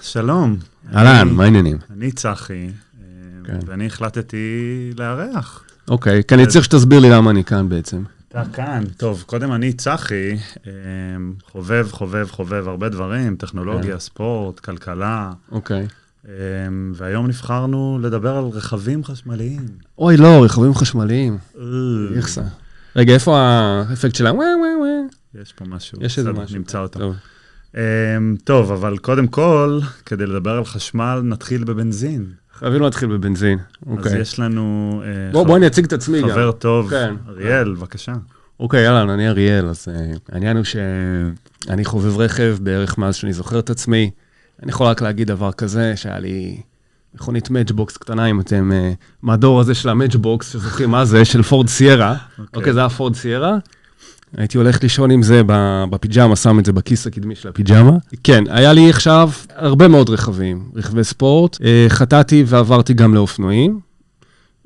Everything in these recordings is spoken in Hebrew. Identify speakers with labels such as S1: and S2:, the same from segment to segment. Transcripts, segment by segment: S1: שלום.
S2: אהלן,
S1: אני-
S2: מה העניינים?
S1: אני צחי, אה,
S2: כן.
S1: ואני החלטתי לארח.
S2: אוקיי, כי אני צריך שתסביר לי למה אני כאן בעצם.
S1: אתה כאן. טוב, קודם אני צחי, אה, חובב, חובב, חובב הרבה דברים,
S2: כן.
S1: טכנולוגיה, ספורט, כלכלה,
S2: אוקיי.
S1: אה, והיום נבחרנו לדבר על רכבים חשמליים.
S2: אוי, לא, רכבים חשמליים.
S1: אה,
S2: איכסה. רגע, איפה האפקט של ה... וואו, וואו, וואו?
S1: יש פה משהו.
S2: יש איזה
S1: בסדר,
S2: משהו.
S1: נמצא אותו.
S2: טוב.
S1: אמ, טוב, אבל קודם כל, כדי לדבר על חשמל, נתחיל בבנזין.
S2: חייבים להתחיל בבנזין.
S1: אז
S2: אוקיי.
S1: יש לנו אה,
S2: בוא,
S1: חב-
S2: בוא אני אציג את עצמי גם.
S1: חבר טוב,
S2: כן.
S1: אריאל, בבקשה.
S2: אוקיי, אהלן, אני אריאל, אז אה, העניין הוא שאני חובב רכב בערך מאז שאני זוכר את עצמי. אני יכול רק להגיד דבר כזה, שהיה לי מכונית מאצ'בוקס קטנה, אם אתם אה, מהדור הזה של המאצ'בוקס, שזוכרים מה זה, של פורד סיירה. אוקיי, זה היה פורד סיירה. הייתי הולך לישון עם זה ב- בפיג'מה, שם את זה בכיס הקדמי של הפיג'מה. כן, היה לי עכשיו הרבה מאוד רכבים, רכבי ספורט. אה, חטאתי ועברתי גם לאופנועים.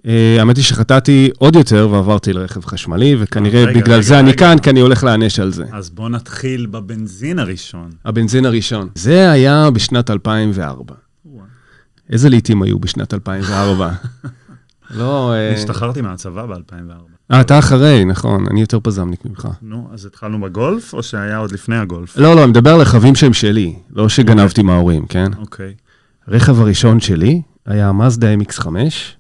S2: אה, האמת היא שחטאתי עוד יותר ועברתי לרכב חשמלי, וכנראה
S1: רגע,
S2: בגלל
S1: רגע,
S2: זה אני
S1: רגע.
S2: כאן, כי אני הולך להיענש על זה.
S1: אז בוא נתחיל בבנזין הראשון.
S2: הבנזין הראשון. זה היה בשנת 2004. איזה לעיתים היו בשנת 2004? לא... אה,
S1: אני השתחררתי מהצבא ב-2004.
S2: אה, אתה אחרי, נכון, אני יותר פזמניק ממך.
S1: נו, אז התחלנו בגולף, או שהיה עוד לפני הגולף?
S2: לא, לא, אני מדבר על רכבים שהם שלי, לא שגנבתי מההורים, כן?
S1: אוקיי.
S2: הרכב הראשון שלי היה מזדה MX5,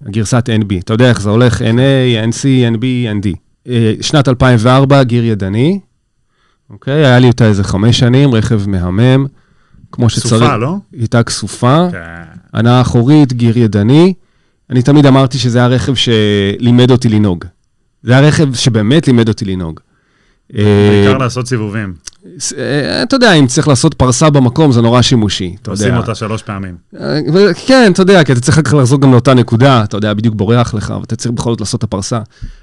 S2: הגרסת NB. אתה יודע איך זה הולך, NA, NC, NB, ND. אה, שנת 2004, גיר ידני. אוקיי, היה לי אותה איזה חמש שנים, רכב מהמם, כמו שצריך. אה.
S1: סופה, לא?
S2: היא הייתה כסופה,
S1: כן.
S2: הנעה אחורית, גיר ידני. אני תמיד אמרתי שזה היה רכב שלימד אותי לנהוג. זה היה רכב שבאמת לימד אותי לנהוג. אה,
S1: בעיקר לעשות סיבובים.
S2: ס- אה, אתה יודע, אם צריך לעשות פרסה במקום, זה נורא שימושי, אתה יודע.
S1: עושים אותה שלוש פעמים.
S2: אה, ו- כן, אתה יודע, כי אתה צריך אחר כך לחזור גם לאותה נקודה, אתה יודע, בדיוק בורח לך, ואתה צריך בכל זאת לעשות את הפרסה.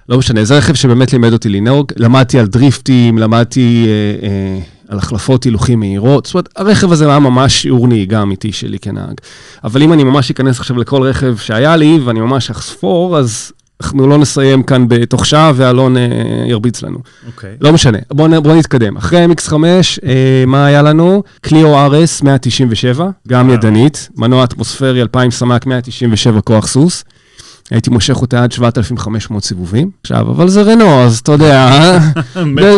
S2: לא משנה, זה רכב שבאמת לימד אותי לנהוג, למדתי על דריפטים, למדתי אה, אה, על החלפות הילוכים מהירות, זאת אומרת, הרכב הזה היה ממש שיעור נהיגה אמיתי שלי כנהג. אבל אם אני ממש אכנס עכשיו לכל רכב שהיה לי, ואני ממש אחספור, אז אנחנו לא נסיים כאן בתוך שעה, ואלון אה, ירביץ לנו.
S1: אוקיי.
S2: לא משנה, בואו בוא נתקדם. אחרי MX5, אה, מה היה לנו? קליו RS 197, גם
S1: אה.
S2: ידנית, מנוע אטמוספרי 2,000 סמ"ק, 197 כוח סוס. הייתי מושך אותה עד 7,500 סיבובים. עכשיו, אבל זה רנו, אז אתה יודע, אה?
S1: מת
S2: ב-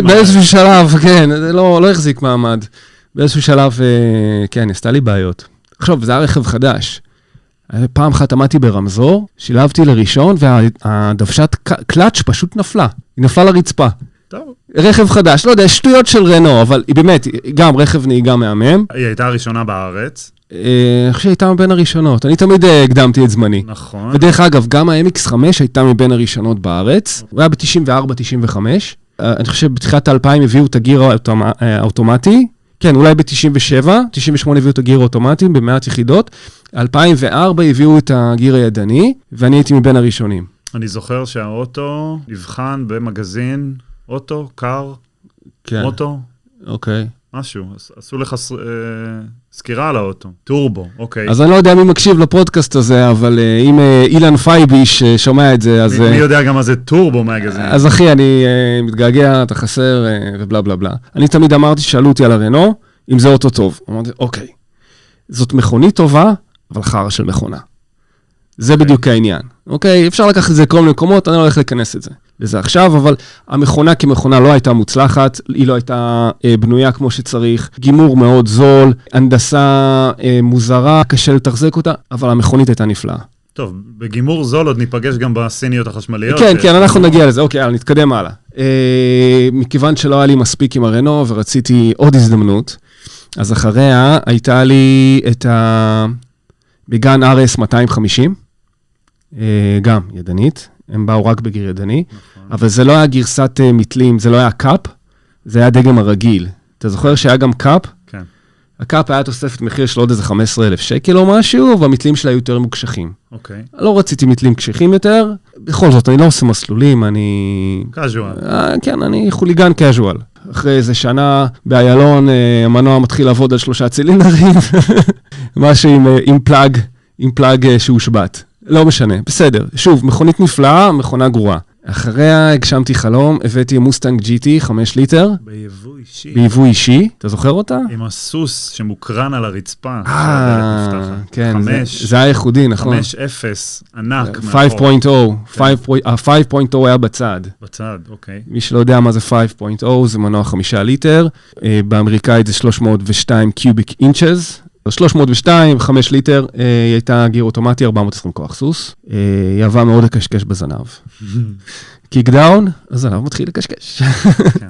S1: מה-
S2: באיזשהו שלב, כן, זה לא, לא החזיק מעמד. באיזשהו שלב, אה, כן, עשתה לי בעיות. עכשיו, זה היה רכב חדש. אה, פעם אחת עמדתי ברמזור, שילבתי לראשון, והדוושת קלאץ' פשוט נפלה. היא נפלה לרצפה.
S1: טוב.
S2: רכב חדש, לא יודע, שטויות של רנו, אבל היא באמת, היא גם רכב נהיגה מהמם.
S1: היא הייתה הראשונה בארץ.
S2: אה, אני חושב שהיא הייתה מבין הראשונות, אני תמיד אה, הקדמתי את זמני.
S1: נכון.
S2: ודרך אגב, גם ה-MX5 הייתה מבין הראשונות בארץ, הוא היה ב-94-95. אה, אני חושב שבתחילת ה-2000 הביאו את הגיר האוטומ- אה, האוטומטי, כן, אולי ב-97, 98 הביאו את הגיר האוטומטי במעט יחידות, 2004 הביאו את הגיר הידני, ואני הייתי מבין הראשונים.
S1: אני זוכר שהאוטו נבחן במגזין, אוטו, קר,
S2: כן,
S1: מוטו,
S2: אוקיי.
S1: משהו. עש- עשו לך ס- אה, סקירה על האוטו. טורבו, אוקיי.
S2: אז אני לא יודע מי מקשיב לפודקאסט הזה, אבל אה, אם אה, אילן פייבי ששומע את זה, אז...
S1: מי- מי
S2: אה,
S1: יודע גם מה זה טורבו מגזין?
S2: אז אחי, אני אה, מתגעגע, אתה חסר, אה, ובלה בלה בלה. אני תמיד אמרתי, שאלו אותי על הרנו, אם זה אוטו טוב. אמרתי, אוקיי. זאת מכונית טובה, אבל חרא של מכונה. זה בדיוק העניין, אוקיי? אפשר לקחת את זה לכל מיני מקומות, אני לא הולך להיכנס לזה. לזה עכשיו, אבל המכונה כמכונה לא הייתה מוצלחת, היא לא הייתה אה, בנויה כמו שצריך, גימור מאוד זול, הנדסה אה, מוזרה, קשה לתחזק אותה, אבל המכונית הייתה נפלאה.
S1: טוב, בגימור זול עוד ניפגש גם בסיניות החשמליות.
S2: כן,
S1: אה,
S2: כן, אנחנו נגיע לזה, אוקיי, יאללה, נתקדם הלאה. אה, מכיוון שלא היה לי מספיק עם הרנו ורציתי עוד הזדמנות, אז אחריה הייתה לי את ה... בגן RS 250, אה, גם ידנית, הם באו רק בגיר ידני,
S1: נכון.
S2: אבל זה לא היה גרסת אה, מתלים, זה לא היה קאפ, זה היה דגם הרגיל. אתה זוכר שהיה גם קאפ?
S1: כן.
S2: הקאפ היה תוספת מחיר של עוד איזה 15,000 שקל או משהו, והמתלים שלה היו יותר מוקשחים.
S1: אוקיי.
S2: לא רציתי מתלים קשיחים יותר, בכל זאת, אני לא עושה מסלולים, אני...
S1: קאז'ואל.
S2: אה, כן, אני חוליגן קאז'ואל. אחרי איזה שנה באיילון, אה, המנוע מתחיל לעבוד על שלושה צילינדרים, משהו עם, אה, עם פלאג, עם פלאג אה, שהושבת. לא משנה, בסדר. שוב, מכונית נפלאה, מכונה גרועה. אחריה הגשמתי חלום, הבאתי מוסטנג GT, 5 ליטר,
S1: ביבוא אישי.
S2: ביבוא אישי. אתה זוכר אותה?
S1: עם הסוס שמוקרן על הרצפה. שהדלת
S2: אה,
S1: נפתחת.
S2: כן, זה-
S1: חמש,
S2: זה היה ייחודי, אה, נכון.
S1: 5-0,
S2: אה,
S1: ענק מאחור.
S2: 5.0, 5.0 היה בצד.
S1: בצד, אוקיי.
S2: מי שלא יודע מה זה 5.0, זה מנוע חמישה ליטר, אה, באמריקאית זה 302 קיוביק אינצ'ז, 302, 5 ליטר, אה, היא הייתה גיר אוטומטי, 420 כוח סוס, אה, היא עבה מאוד לקשקש בזנב. קיק דאון, הזנב מתחיל לקשקש.
S1: כן.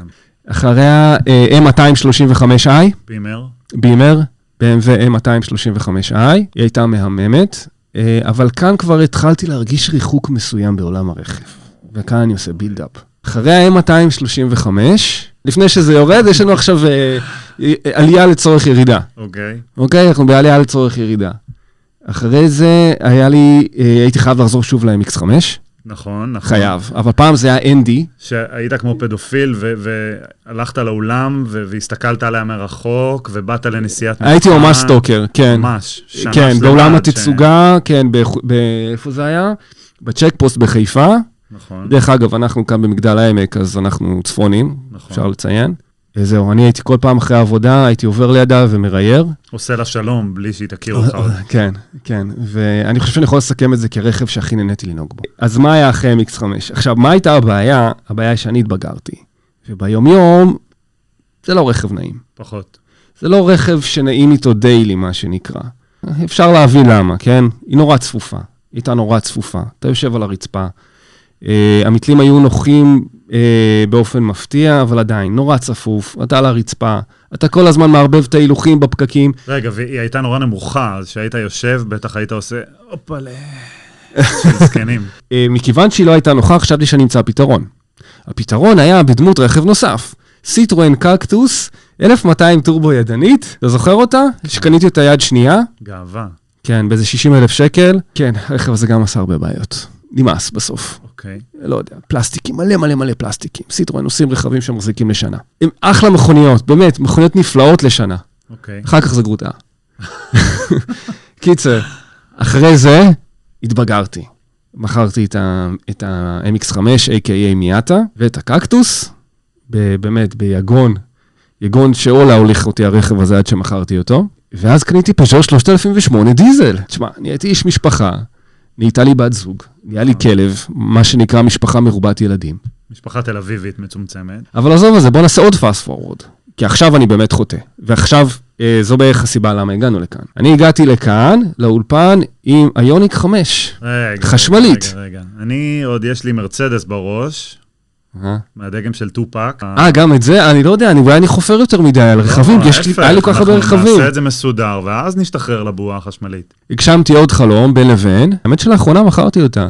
S2: אחריה אה, M235i,
S1: בימר,
S2: בימר, BMW M235i, היא הייתה מהממת, אה, אבל כאן כבר התחלתי להרגיש ריחוק מסוים בעולם הרכב, וכאן אני עושה בילדאפ. אחרי ה-M235, לפני שזה יורד, יש לנו עכשיו אה, אה, עלייה לצורך ירידה,
S1: אוקיי.
S2: אוקיי? אנחנו בעלייה לצורך ירידה. אחרי זה היה לי, אה, הייתי חייב לחזור שוב ל-MX5,
S1: נכון, נכון.
S2: חייב, אבל פעם זה היה ND,
S1: שהיית כמו פדופיל ו- והלכת לאולם ו- והסתכלת עליה מרחוק ובאת לנסיעת...
S2: הייתי
S1: מבחן.
S2: ממש סטוקר, כן.
S1: אה, ממש. שנה
S2: כן,
S1: שלמה
S2: באולם
S1: עד
S2: התצוגה, כן, באיכו- ב- איפה זה היה? בצ'ק פוסט בחיפה.
S1: ש... נכון.
S2: דרך אגב, אנחנו כאן במגדל העמק, אז אנחנו צפונים,
S1: נכון.
S2: אפשר לציין. אה, זהו, אני הייתי כל פעם אחרי העבודה, הייתי עובר לידה ומרייר.
S1: עושה לה שלום בלי שהיא תכיר אותך. עוד.
S2: כן, כן, ואני חושב שאני יכול לסכם את זה כרכב שהכי נהניתי לנהוג בו. אז מה היה אחרי MX5? עכשיו, מה הייתה הבעיה? הבעיה היא שאני התבגרתי. וביומיום, זה לא רכב נעים.
S1: פחות.
S2: זה לא רכב שנעים איתו דיילי, מה שנקרא. אפשר להבין למה, כן? היא נורא צפופה. היא הייתה נורא צפופה. אתה יושב על הרצפה. אה, המתלים היו נוחים אה, באופן מפתיע, אבל עדיין, נורא צפוף. אתה על הרצפה. אתה כל הזמן מערבב את ההילוכים בפקקים.
S1: רגע, והיא הייתה נורא נמוכה, אז כשהיית יושב, בטח היית עושה, הופלה, של זקנים.
S2: אה, מכיוון שהיא לא הייתה נוחה, חשבתי שנמצא פתרון. הפתרון היה בדמות רכב נוסף. סיטרואן קקטוס, 1200 טורבו ידנית, אתה זוכר אותה? שקניתי אותה יד שנייה.
S1: גאווה,
S2: כן, באיזה 60 אלף שקל. כן, הרכב הזה גם עשה הרבה בעיות. נמאס בסוף.
S1: אוקיי.
S2: לא יודע, פלסטיקים, מלא מלא מלא פלסטיקים. סיטרואן עושים רכבים שמחזיקים לשנה. הם אחלה מכוניות, באמת, מכוניות נפלאות לשנה.
S1: אוקיי.
S2: אחר כך זה גרוטה. קיצר, אחרי זה התבגרתי. מכרתי את ה- את ה-MX5, a.k.a מיאטה, ואת הקקטוס, ב- באמת, ביגון, יגון שאולה הוליך אותי הרכב הזה עד שמכרתי אותו, ואז קניתי פז'ו 3008 דיזל. תשמע, אני הייתי איש משפחה, נהייתה לי בת זוג, נהיה לי כלב, מה שנקרא משפחה מרובת ילדים.
S1: משפחה תל אביבית מצומצמת.
S2: אבל עזוב את זה, בוא נעשה עוד fast forward. כי עכשיו אני באמת חוטא. ועכשיו, אה, זו בערך הסיבה למה הגענו לכאן. אני הגעתי לכאן, לאולפן, עם איוניק 5.
S1: רגע.
S2: חשמלית.
S1: רגע, רגע. אני עוד, יש לי מרצדס בראש,
S2: אה,
S1: מהדגם של טופק.
S2: אה, גם את זה? אני לא יודע, אני, אולי אני חופר יותר מדי על רכבים,
S1: לא,
S2: יש לי,
S1: ההפך,
S2: היה לי כל כך הרבה
S1: אנחנו
S2: רכבים.
S1: נעשה את זה מסודר, ואז נשתחרר לבועה החשמלית.
S2: הגשמתי עוד חלום בין לבין, האמת שלאחרונה מכרתי אותה.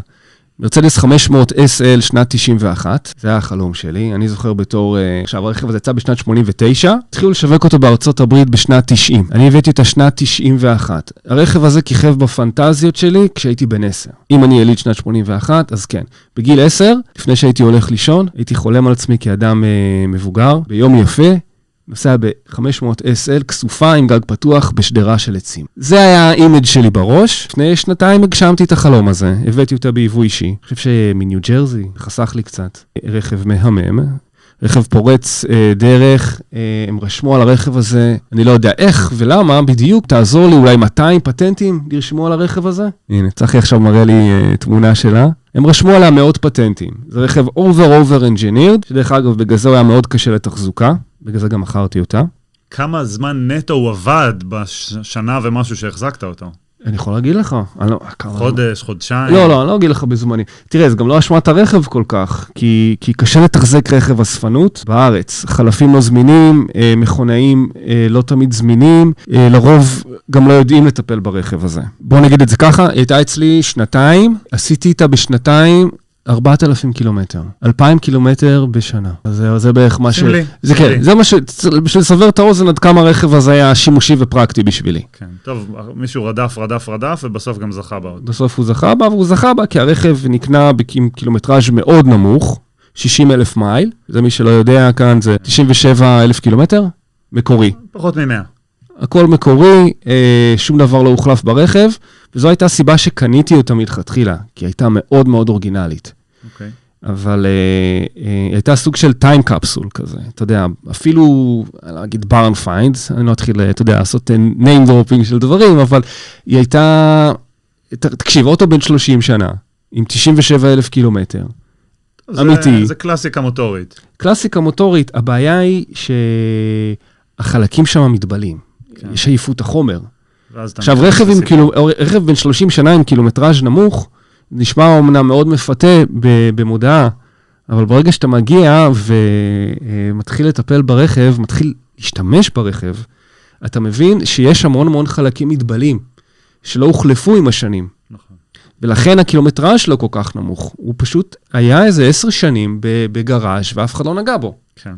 S2: מרצדס 500 SL שנת 91, זה היה החלום שלי, אני זוכר בתור, אה, עכשיו הרכב הזה יצא בשנת 89, התחילו לשווק אותו בארצות הברית בשנת 90, אני הבאתי אותה שנת 91. הרכב הזה כיכב בפנטזיות שלי כשהייתי בן 10. אם אני יליד שנת 81, אז כן. בגיל 10, לפני שהייתי הולך לישון, הייתי חולם על עצמי כאדם אה, מבוגר, ביום יפה, נוסע ב-500 SL כסופה עם גג פתוח בשדרה של עצים. זה היה האימג' שלי בראש. לפני שנתיים הגשמתי את החלום הזה, הבאתי אותה ביבוא אישי. אני חושב שמניו ג'רזי, חסך לי קצת. רכב מהמם, רכב פורץ אה, דרך, אה, הם רשמו על הרכב הזה, אני לא יודע איך ולמה בדיוק, תעזור לי, אולי 200 פטנטים ירשמו על הרכב הזה? הנה, צחי עכשיו מראה לי אה, תמונה שלה. הם רשמו עליה מאות פטנטים. זה רכב over over engineered, שדרך אגב, בגלל זה הוא היה מאוד קשה לתחזוקה, בגלל זה גם מכרתי אותה.
S1: כמה זמן נטו הוא עבד בשנה ומשהו שהחזקת אותו?
S2: אני יכול להגיד לך, אני לא... כמה-
S1: חודש, חודשיים?
S2: לא, לא, אני לא אגיד לך בזמני. תראה, זה גם לא אשמת הרכב כל כך, כי, כי קשה לתחזק רכב אספנות בארץ. חלפים לא זמינים, אה, מכונאים אה, לא תמיד זמינים, אה, לרוב גם לא יודעים לטפל ברכב הזה. בוא נגיד את זה ככה, היא הייתה אצלי שנתיים, עשיתי איתה בשנתיים. 4,000 קילומטר, 2,000 קילומטר בשנה. אז זה, זה בערך מה ש...
S1: סמלי,
S2: זה
S1: סמלי.
S2: כן, זה מה ש... בשביל לסבר את האוזן עד כמה הרכב הזה היה שימושי ופרקטי בשבילי.
S1: כן. טוב, מישהו רדף, רדף, רדף, ובסוף גם זכה באוטו.
S2: בסוף הוא זכה בה, והוא זכה בה כי הרכב נקנה בק- עם קילומטראז' מאוד נמוך, 60 אלף מייל, זה מי שלא יודע כאן, זה 97 אלף קילומטר, מקורי.
S1: פחות מ-100.
S2: הכל מקורי, אה, שום דבר לא הוחלף ברכב, וזו הייתה הסיבה שקניתי אותה מלכתחילה, כי היא הייתה מאוד מאוד אורגינלית.
S1: אוקיי.
S2: אבל אה, אה, הייתה סוג של טיים קפסול כזה, אתה יודע, אפילו, אני לא אגיד ברן פיינד, אני לא אתחיל, אה, אתה יודע, לעשות name dropping של דברים, אבל היא הייתה, ת- תקשיב, אוטו בן 30 שנה, עם 97 אלף קילומטר,
S1: זה-
S2: אמיתי.
S1: זה קלאסיקה מוטורית.
S2: קלאסיקה מוטורית, הבעיה היא שהחלקים שם מתבלים,
S1: כן.
S2: יש עייפות החומר.
S1: ואז אתה
S2: עכשיו,
S1: מגיע
S2: רכב, עם כאילו-
S1: לסיפור.
S2: קילו, רכב בן 30 שנה עם קילומטראז' נמוך, נשמע אומנם מאוד מפתה ב- במודעה, אבל ברגע שאתה מגיע ומתחיל לטפל ברכב, מתחיל להשתמש ברכב, אתה מבין שיש המון המון חלקים מתבלים, שלא הוחלפו עם השנים.
S1: נכון.
S2: ולכן הקילומטראז' לא כל כך נמוך. הוא פשוט היה איזה עשר שנים ב- בגראז' ואף אחד לא נגע בו.
S1: כן.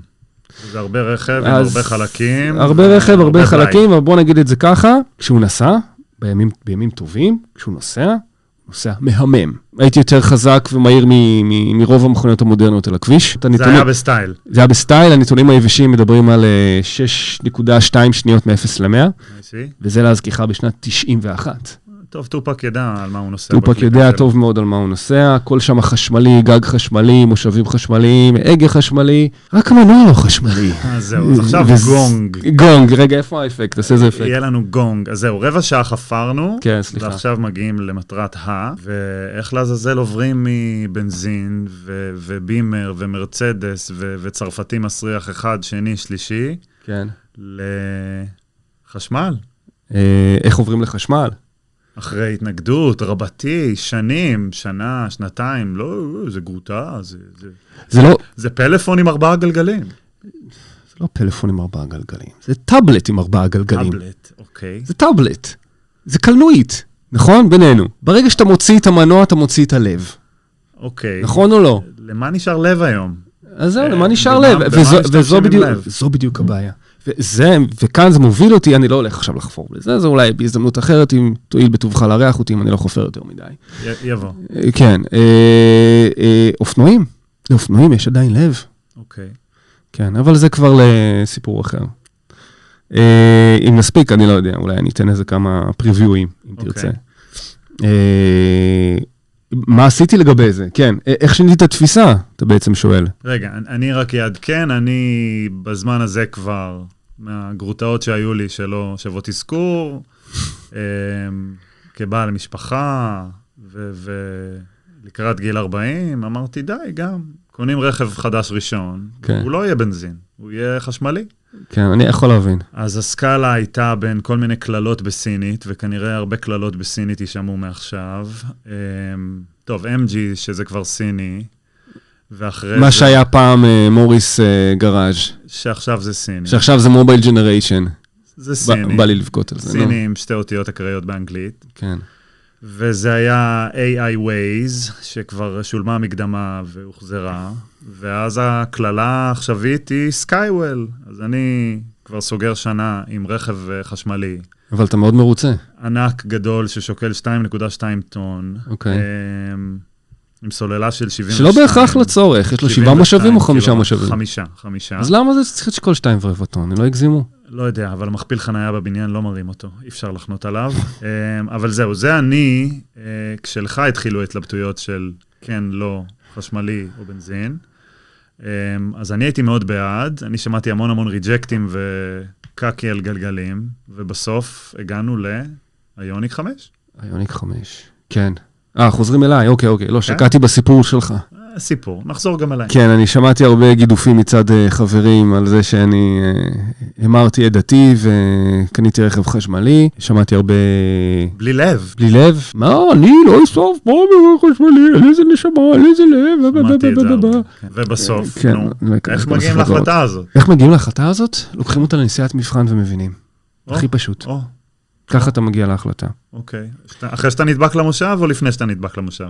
S1: זה הרבה רכב, עם
S2: אז
S1: הרבה חלקים. אה,
S2: הרבה רכב, הרבה
S1: בלאי.
S2: חלקים, אבל בוא נגיד את זה ככה, כשהוא נסע, בימים, בימים טובים, כשהוא נוסע, הוא נוסע מהמם. הייתי יותר חזק ומהיר מ- מ- מרוב המכוניות המודרניות על הכביש. את
S1: זה
S2: הנתונים-
S1: היה בסטייל.
S2: זה היה בסטייל, הנתונים היבשים מדברים על אה, 6.2 שניות מ-0 ל-100,
S1: I see.
S2: וזה להזכירך בשנת 91.
S1: טוב, טופק ידע על מה הוא נוסע.
S2: טופק
S1: בקליפה
S2: יודע
S1: שלו.
S2: טוב מאוד על מה הוא נוסע, הכל שם חשמלי, גג חשמלי, מושבים חשמליים, הגה חשמלי, רק מנוע לא חשמלי.
S1: אה, זהו, אז עכשיו
S2: וזה-
S1: גונג.
S2: גונג, רגע, איפה האפקט? תעשה איזה אפקט.
S1: יהיה לנו גונג. אז זהו, רבע שעה חפרנו.
S2: כן, סליחה.
S1: ועכשיו מגיעים למטרת ה, ואיך לעזאזל עוברים מבנזין ו- ובימר ומרצדס ו- וצרפתי מסריח אחד, שני, שלישי,
S2: כן.
S1: לחשמל.
S2: אה, איך עוברים לחשמל?
S1: אחרי התנגדות, רבתי, שנים, שנה, שנתיים, לא, לא, זה גרוטה, זה, זה,
S2: זה לא,
S1: זה פלאפון עם ארבעה גלגלים.
S2: זה לא פלאפון עם ארבעה גלגלים, זה טאבלט עם ארבעה גלגלים.
S1: טאבלט, אוקיי.
S2: זה טאבלט. זה קלנועית, נכון? בינינו. ברגע שאתה מוציא את המנוע, אתה מוציא את הלב.
S1: אוקיי.
S2: נכון או לא?
S1: למה נשאר לב היום?
S2: אז זהו,
S1: אה,
S2: למה נשאר
S1: במה-
S2: לב?
S1: במה
S2: וזו-
S1: משתמשים
S2: וזו
S1: עם
S2: בדיוק-
S1: לב?
S2: זו בדיוק הבעיה. וזה, וכאן זה מוביל אותי, אני לא הולך עכשיו לחפור בזה, זה אולי בהזדמנות אחרת, אם תואיל בטובך לארח אותי, אם אני לא חופר יותר מדי.
S1: י- יבוא,
S2: אה, כן, אה, אה, אופנועים, לאופנועים יש עדיין לב.
S1: אוקיי.
S2: כן, אבל זה כבר לסיפור אחר. אה, אם נספיק, אני לא יודע, אולי אני אתן איזה כמה פריוויואים, אם
S1: אוקיי.
S2: תרצה. אה, מה עשיתי לגבי זה? כן, א- איך שיניתי את התפיסה, אתה בעצם שואל.
S1: רגע, אני- אני רק אעדכן, אני בזמן הזה כבר, מהגרוטאות שהיו לי שלא שוות אזכור, אמ, כבעל משפחה, ולקראת גיל 40, אמרתי, די, גם, קונים רכב חדש ראשון,
S2: כן.
S1: הוא לא יהיה בנזין, הוא יהיה חשמלי.
S2: כן, אני יכול להבין.
S1: אז הסקאלה הייתה בין כל מיני קללות בסינית, וכנראה הרבה קללות בסינית יישמעו מעכשיו. אמ, טוב, MG, שזה כבר סיני, ואחרי
S2: מה
S1: זה...
S2: שהיה פעם אה, מוריס אה, גראז',
S1: שעכשיו זה סיני.
S2: שעכשיו זה מובייל ג'נריישן.
S1: זה
S2: ב-
S1: סיני.
S2: בא לי לבכות על זה, נו.
S1: סיני עם שתי אותיות אקראיות באנגלית.
S2: כן.
S1: וזה היה AI Waze, שכבר שולמה מקדמה והוחזרה. ואז הקללה העכשווית היא Skywell. אז אני כבר סוגר שנה עם רכב אה, חשמלי.
S2: אבל אתה מאוד מרוצה.
S1: ענק גדול ששוקל 2.2 טון.
S2: אוקיי.
S1: אמ, עם סוללה של 72.
S2: שלא בהכרח לצורך, יש לו שבעה
S1: 72
S2: מושבים או חמישה
S1: קילוואט.
S2: מושבים?
S1: חמישה, חמישה.
S2: אז למה זה צריך לשקול שתיים ורבע טון? הם לא הגזימו.
S1: לא יודע, אבל מכפיל חנייה בבניין לא מרים אותו, אי אפשר לחנות עליו. אמ, אבל זהו, זה אני, אה, כשלך התחילו ההתלבטויות של כן, לא, חשמלי או בנזין. אמ, אז אני הייתי מאוד בעד, אני שמעתי המון המון ריג'קטים וקקי על גלגלים, ובסוף הגענו לאיוניק 5.
S2: איוניק חמש. כן. אה, חוזרים אליי, אוקיי, אוקיי.
S1: כן?
S2: לא, שקעתי בסיפור שלך.
S1: אה, סיפור, נחזור גם אליי.
S2: כן, אני שמעתי הרבה גידופים מצד אה, חברים על זה שאני אה, המרתי את דתי וקניתי רכב חשמלי. שמעתי הרבה... אה,
S1: בלי לב.
S2: בלי לב. מה, אני לא אסוף פה ברכב חשמלי, על איזה נשמה, על איזה לב. ב- ב-
S1: שמעתי את
S2: ב-
S1: זה
S2: ב- ב-
S1: הרבה.
S2: ב-
S1: כן. ובסוף,
S2: כן,
S1: נו,
S2: לא אכנס
S1: איך
S2: פה
S1: מגיעים
S2: לשפות.
S1: להחלטה הזאת?
S2: איך מגיעים להחלטה הזאת? לוקחים אותה לנסיעת מבחן ומבינים.
S1: או,
S2: הכי פשוט.
S1: או,
S2: ככה אתה מגיע להחלטה.
S1: אוקיי. שאתה- אחרי שאתה נדבק למושב או לפני שאתה נדבק למושב?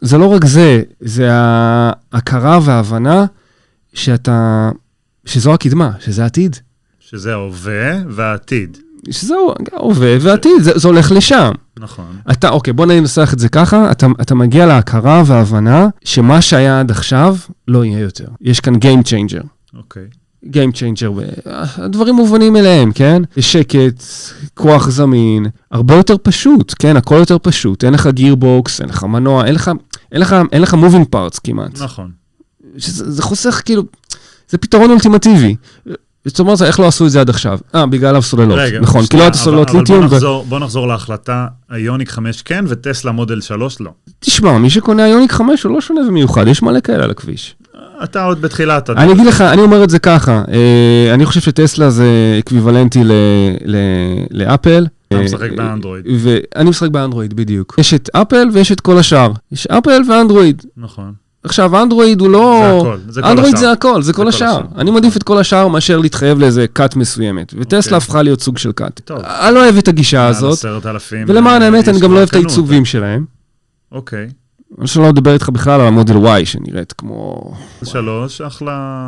S2: זה לא רק זה, זה ההכרה וההבנה שאתה, שזו הקדמה, שזה העתיד.
S1: שזה ההווה והעתיד.
S2: שזה ההווה והעתיד, זה, זה הולך לשם.
S1: נכון.
S2: אתה, אוקיי, בוא ננסח את זה ככה, אתה, אתה מגיע להכרה וההבנה שמה שהיה עד עכשיו לא יהיה יותר. יש כאן Game Changer.
S1: אוקיי.
S2: Game Changer, ו- הדברים מובנים אליהם, כן? יש שקט, כוח זמין, הרבה יותר פשוט, כן? הכל יותר פשוט, אין לך גיר בוקס, אין לך מנוע, אין לך... אין לך, אין לך moving parts כמעט.
S1: נכון.
S2: שזה, זה חוסך כאילו, זה פתרון אולטימטיבי. זאת אומרת, איך לא עשו את זה עד עכשיו? אה, בגלל הסוללות.
S1: רגע,
S2: נכון, כי לא
S1: שנייה,
S2: הייתה סוללות
S1: אבל- אבל בוא
S2: ליטיום. ו-
S1: נחזור- בוא נחזור להחלטה, היוניק 5 כן וטסלה מודל 3 לא.
S2: תשמע, מי שקונה איוניק 5 הוא לא שונה ומיוחד, יש מלא כאלה על הכביש.
S1: אתה עוד בתחילת הדרך.
S2: אני אגיד לך, אני אומר את זה ככה, אה, אני חושב שטסלה זה אקוויוולנטי ל- ל- לאפל.
S1: אתה משחק
S2: אה,
S1: באנדרואיד.
S2: ואני משחק באנדרואיד, בדיוק. יש את אפל ויש את כל השאר. יש אפל ואנדרואיד.
S1: נכון.
S2: עכשיו, אנדרואיד הוא לא...
S1: זה הכל, זה כל
S2: אנדרואיד
S1: השאר.
S2: זה הכל, זה כל השאר. אני מעדיף את כל השאר מאשר להתחייב לאיזה כת מסוימת.
S1: אוקיי.
S2: וטסלה הפכה להיות סוג של כת.
S1: טוב.
S2: אני לא אוהב את הגישה הזאת,
S1: מעל 10,000,
S2: ולמען
S1: אה,
S2: האמת, אני
S1: איש
S2: גם לא
S1: כבר
S2: אוהב את
S1: קנו
S2: העיצובים שלהם.
S1: אותה. אוקיי.
S2: אני שלא מדבר איתך בכלל על המודל Y שנראית כמו...
S1: שלוש, אחלה,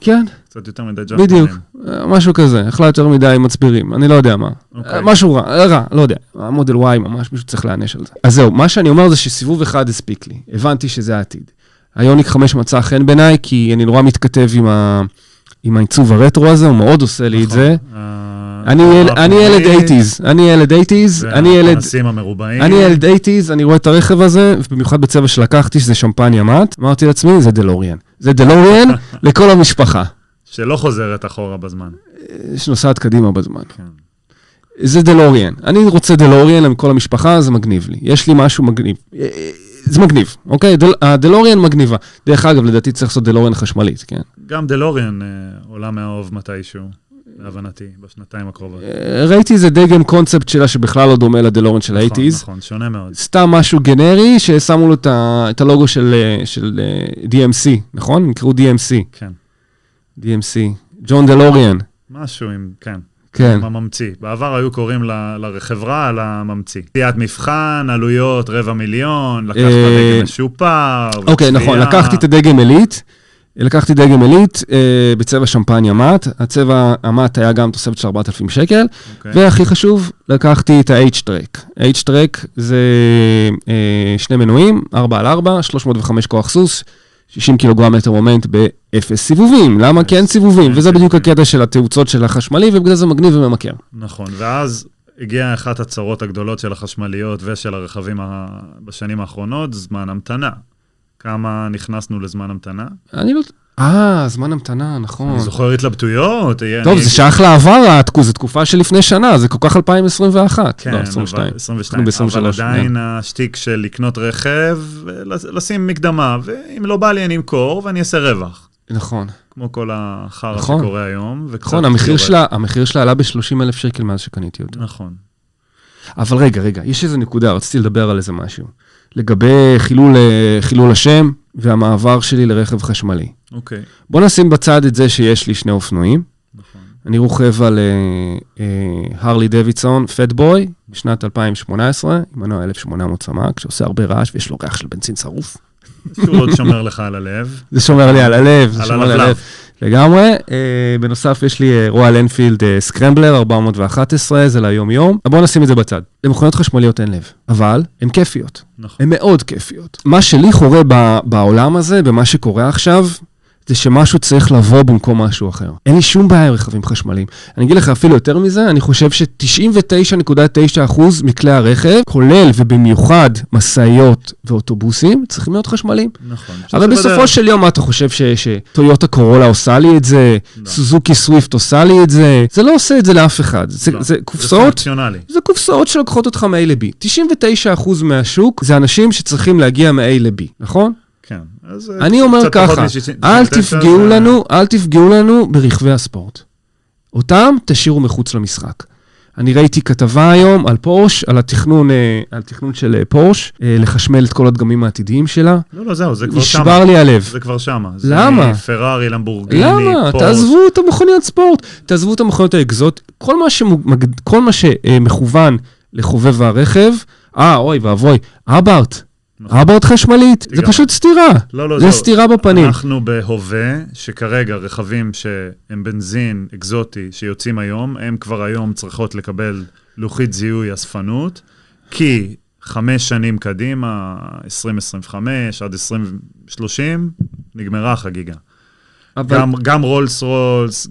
S2: כן,
S1: קצת יותר מדי ג'אפנים.
S2: בדיוק. אה, משהו כזה, אכלה יותר מדי מצבירים, אני לא יודע מה.
S1: אוקיי.
S2: אה, משהו רע, אה, רע, לא יודע. המודל Y ממש, מישהו צריך להיענש על זה. אז זהו, מה שאני אומר זה שסיבוב אחד הספיק לי, הבנתי שזה העתיד. היוניק 5 מצא חן בעיניי, כי אני נורא מתכתב עם ה- עם העיצוב הרטרו הזה, הוא מאוד עושה לי את
S1: נכון.
S2: זה.
S1: אה,
S2: אני יל-
S1: החברה
S2: אני ילד
S1: הפנימית,
S2: 80's, אני ילד 80's, אני ילד...
S1: והפנסים המרובעים.
S2: אני ילד 80's, אני רואה את הרכב הזה, ובמיוחד בצבע שלקחתי, שזה שמפניה מאט, אמרתי לעצמי, זה דלוריאן. זה דלוריאן לכל המשפחה,
S1: שלא חוזרת אחורה בזמן.
S2: אה, שנוסעת קדימה בזמן.
S1: כן.
S2: זה דלוריאן. אני רוצה דלוריאן עם כל המשפחה, זה מגניב לי. יש לי משהו מגניב. אה, אה, זה מגניב, אוקיי? דל- הדלוריאן מגניבה. דרך אגב, לדעתי צריך לעשות דלוריאן חשמלית, כן?
S1: גם דלוריאן אה, עולה מהאוב מתישהו, להבנתי, בשנתיים הקרובות.
S2: אה, ראיתי איזה דגם קונספט שלה שבכלל לא דומה לדלוריאן של
S1: נכון,
S2: האייטיז.
S1: נכון, שונה מאוד.
S2: סתם משהו גנרי ששמו לו את ה- את הלוגו של, אה, של אה, DMC, נכון? הם נקראו DMC.
S1: כן.
S2: DMC. ג'ון דלוריאן.
S1: משהו עם, כן,
S2: כן.
S1: עם הממציא. בעבר היו קוראים ל- לחברה על הממציא. פציעת מבחן, עלויות רבע מיליון, לקחת
S2: אה,
S1: דגל משופר.
S2: אוקיי,
S1: וצפייה.
S2: נכון, לקחתי את הדגם עילית, לקחתי דגם עילית אה, בצבע שמפניה מאט, הצבע המאט היה גם תוספת של 4,000 שקל,
S1: אוקיי.
S2: והכי חשוב, לקחתי את ה-H-Track. H-Track זה אה, שני מנועים, 4 על 4, 305 כוח סוס, 60 קילוגרם מטר מומנט באפס סיבובים. למה? כי אין סיבובים,
S1: אין
S2: וזה בדיוק
S1: סיבובים.
S2: הקטע של התאוצות של החשמלי, ובגלל זה מגניב וממכר.
S1: נכון, ואז הגיעה אחת הצרות הגדולות של החשמליות ושל הרכבים ה... בשנים האחרונות, זמן המתנה. כמה נכנסנו לזמן המתנה?
S2: אני לא... אה, זמן המתנה, נכון.
S1: אני זוכר התלבטויות. אה,
S2: טוב,
S1: אני-
S2: זה שייך לעבר, התקו- זו תקופה של לפני שנה, זה כל כך 2021.
S1: כן,
S2: לא,
S1: אבל-
S2: 22.
S1: 22.
S2: אנחנו כן. ב-
S1: אבל
S2: 23,
S1: עדיין השטיק של לקנות רכב, אה, לש- לשים מקדמה, ואם לא בא לי אני אמכור ואני אעשה רווח.
S2: נכון.
S1: כמו כל החרא
S2: נכון.
S1: שקורה היום. וקצת
S2: נכון, המחיר
S1: יורד.
S2: שלה, המחיר שלה עלה ב-30 אלף שקל מאז שקניתי אותה.
S1: נכון.
S2: אבל רגע, רגע, יש איזו נקודה, רציתי לדבר על איזה משהו. לגבי חילול, אה, חילול השם והמעבר שלי לרכב חשמלי.
S1: אוקיי,
S2: בוא נשים בצד את זה שיש לי שני אופנועים.
S1: נכון.
S2: אני רוכב על אה, אה, הרלי דוידסון, פטבוי, בשנת 2018, עם מנוע 1800 סמ"ק, שעושה הרבה רעש ויש לו ריח של בנזין שרוף.
S1: שוב עוד שומר לך על הלב.
S2: זה שומר לי על הלב, זה
S1: על
S2: שומר לי על
S1: הלבלב.
S2: הלב. לגמרי. אה, בנוסף, יש לי אה, רועל אנפילד אה, סקרמבלר 411, זה ליום-יום. אבל בואו נשים את זה בצד. למכוניות חשמליות אין לב, אבל הן כיפיות.
S1: נכון.
S2: הן מאוד כיפיות. מה שלי חורה ב- בעולם הזה, במה שקורה עכשיו, זה שמשהו צריך לבוא במקום משהו אחר. אין לי שום בעיה עם רכבים חשמליים. אני אגיד לך אפילו יותר מזה, אני חושב ש-99.9% מכלי הרכב, כולל ובמיוחד משאיות ואוטובוסים, צריכים להיות חשמליים.
S1: נכון.
S2: הרי בסופו של יום, מה אתה חושב ש- שטויוטה קורולה עושה לי את זה,
S1: לא.
S2: סוזוקי סוויפט עושה לי את זה? זה לא עושה את זה לאף אחד. זה
S1: לא.
S2: זה
S1: זה
S2: קופסאות,
S1: פונקציונלי.
S2: זה קופסאות שלוקחות אותך מ-A ל-B. 99% מהשוק זה אנשים שצריכים להגיע מ-A ל-B, נכון?
S1: כן. אז, אה,
S2: אני אומר
S1: קצת פחות
S2: ככה,
S1: מ-
S2: אל
S1: 99,
S2: תפגעו
S1: זה-
S2: לנו, אל תפגעו לנו ברכבי הספורט. אותם תשאירו מחוץ למשחק. אני ראיתי כתבה היום על פורש, על התכנון, אה, על תכנון של אה, פורש, אה, לחשמל את כל הדגמים העתידים שלה.
S1: לא, לא, זהו, זה כבר שמה.
S2: נשבר לי הלב.
S1: זה כבר שמה.
S2: למה?
S1: זה פרארי, למבורגיני,
S2: למה?
S1: פורש.
S2: תעזבו את המכוניות ספורט, תעזבו את המכוניות האקזוט, כל מה, שמג... כל מה שמכוון לחובב הרכב, אה, אוי ואבוי, אברט,
S1: נכון.
S2: אברט חשמלית, זה
S1: לגמרי.
S2: פשוט סתירה,
S1: לא, לא,
S2: זה
S1: זהו.
S2: סתירה בפנים.
S1: אנחנו בהווה, שכרגע רכבים שהם בנזין אקזוטי שיוצאים היום, הם כבר היום צריכות לקבל לוחית זיהוי אספנות, כי חמש שנים קדימה, 2025 עד 2030, נגמרה החגיגה.
S2: אבל
S1: גם, גם רולס רולס,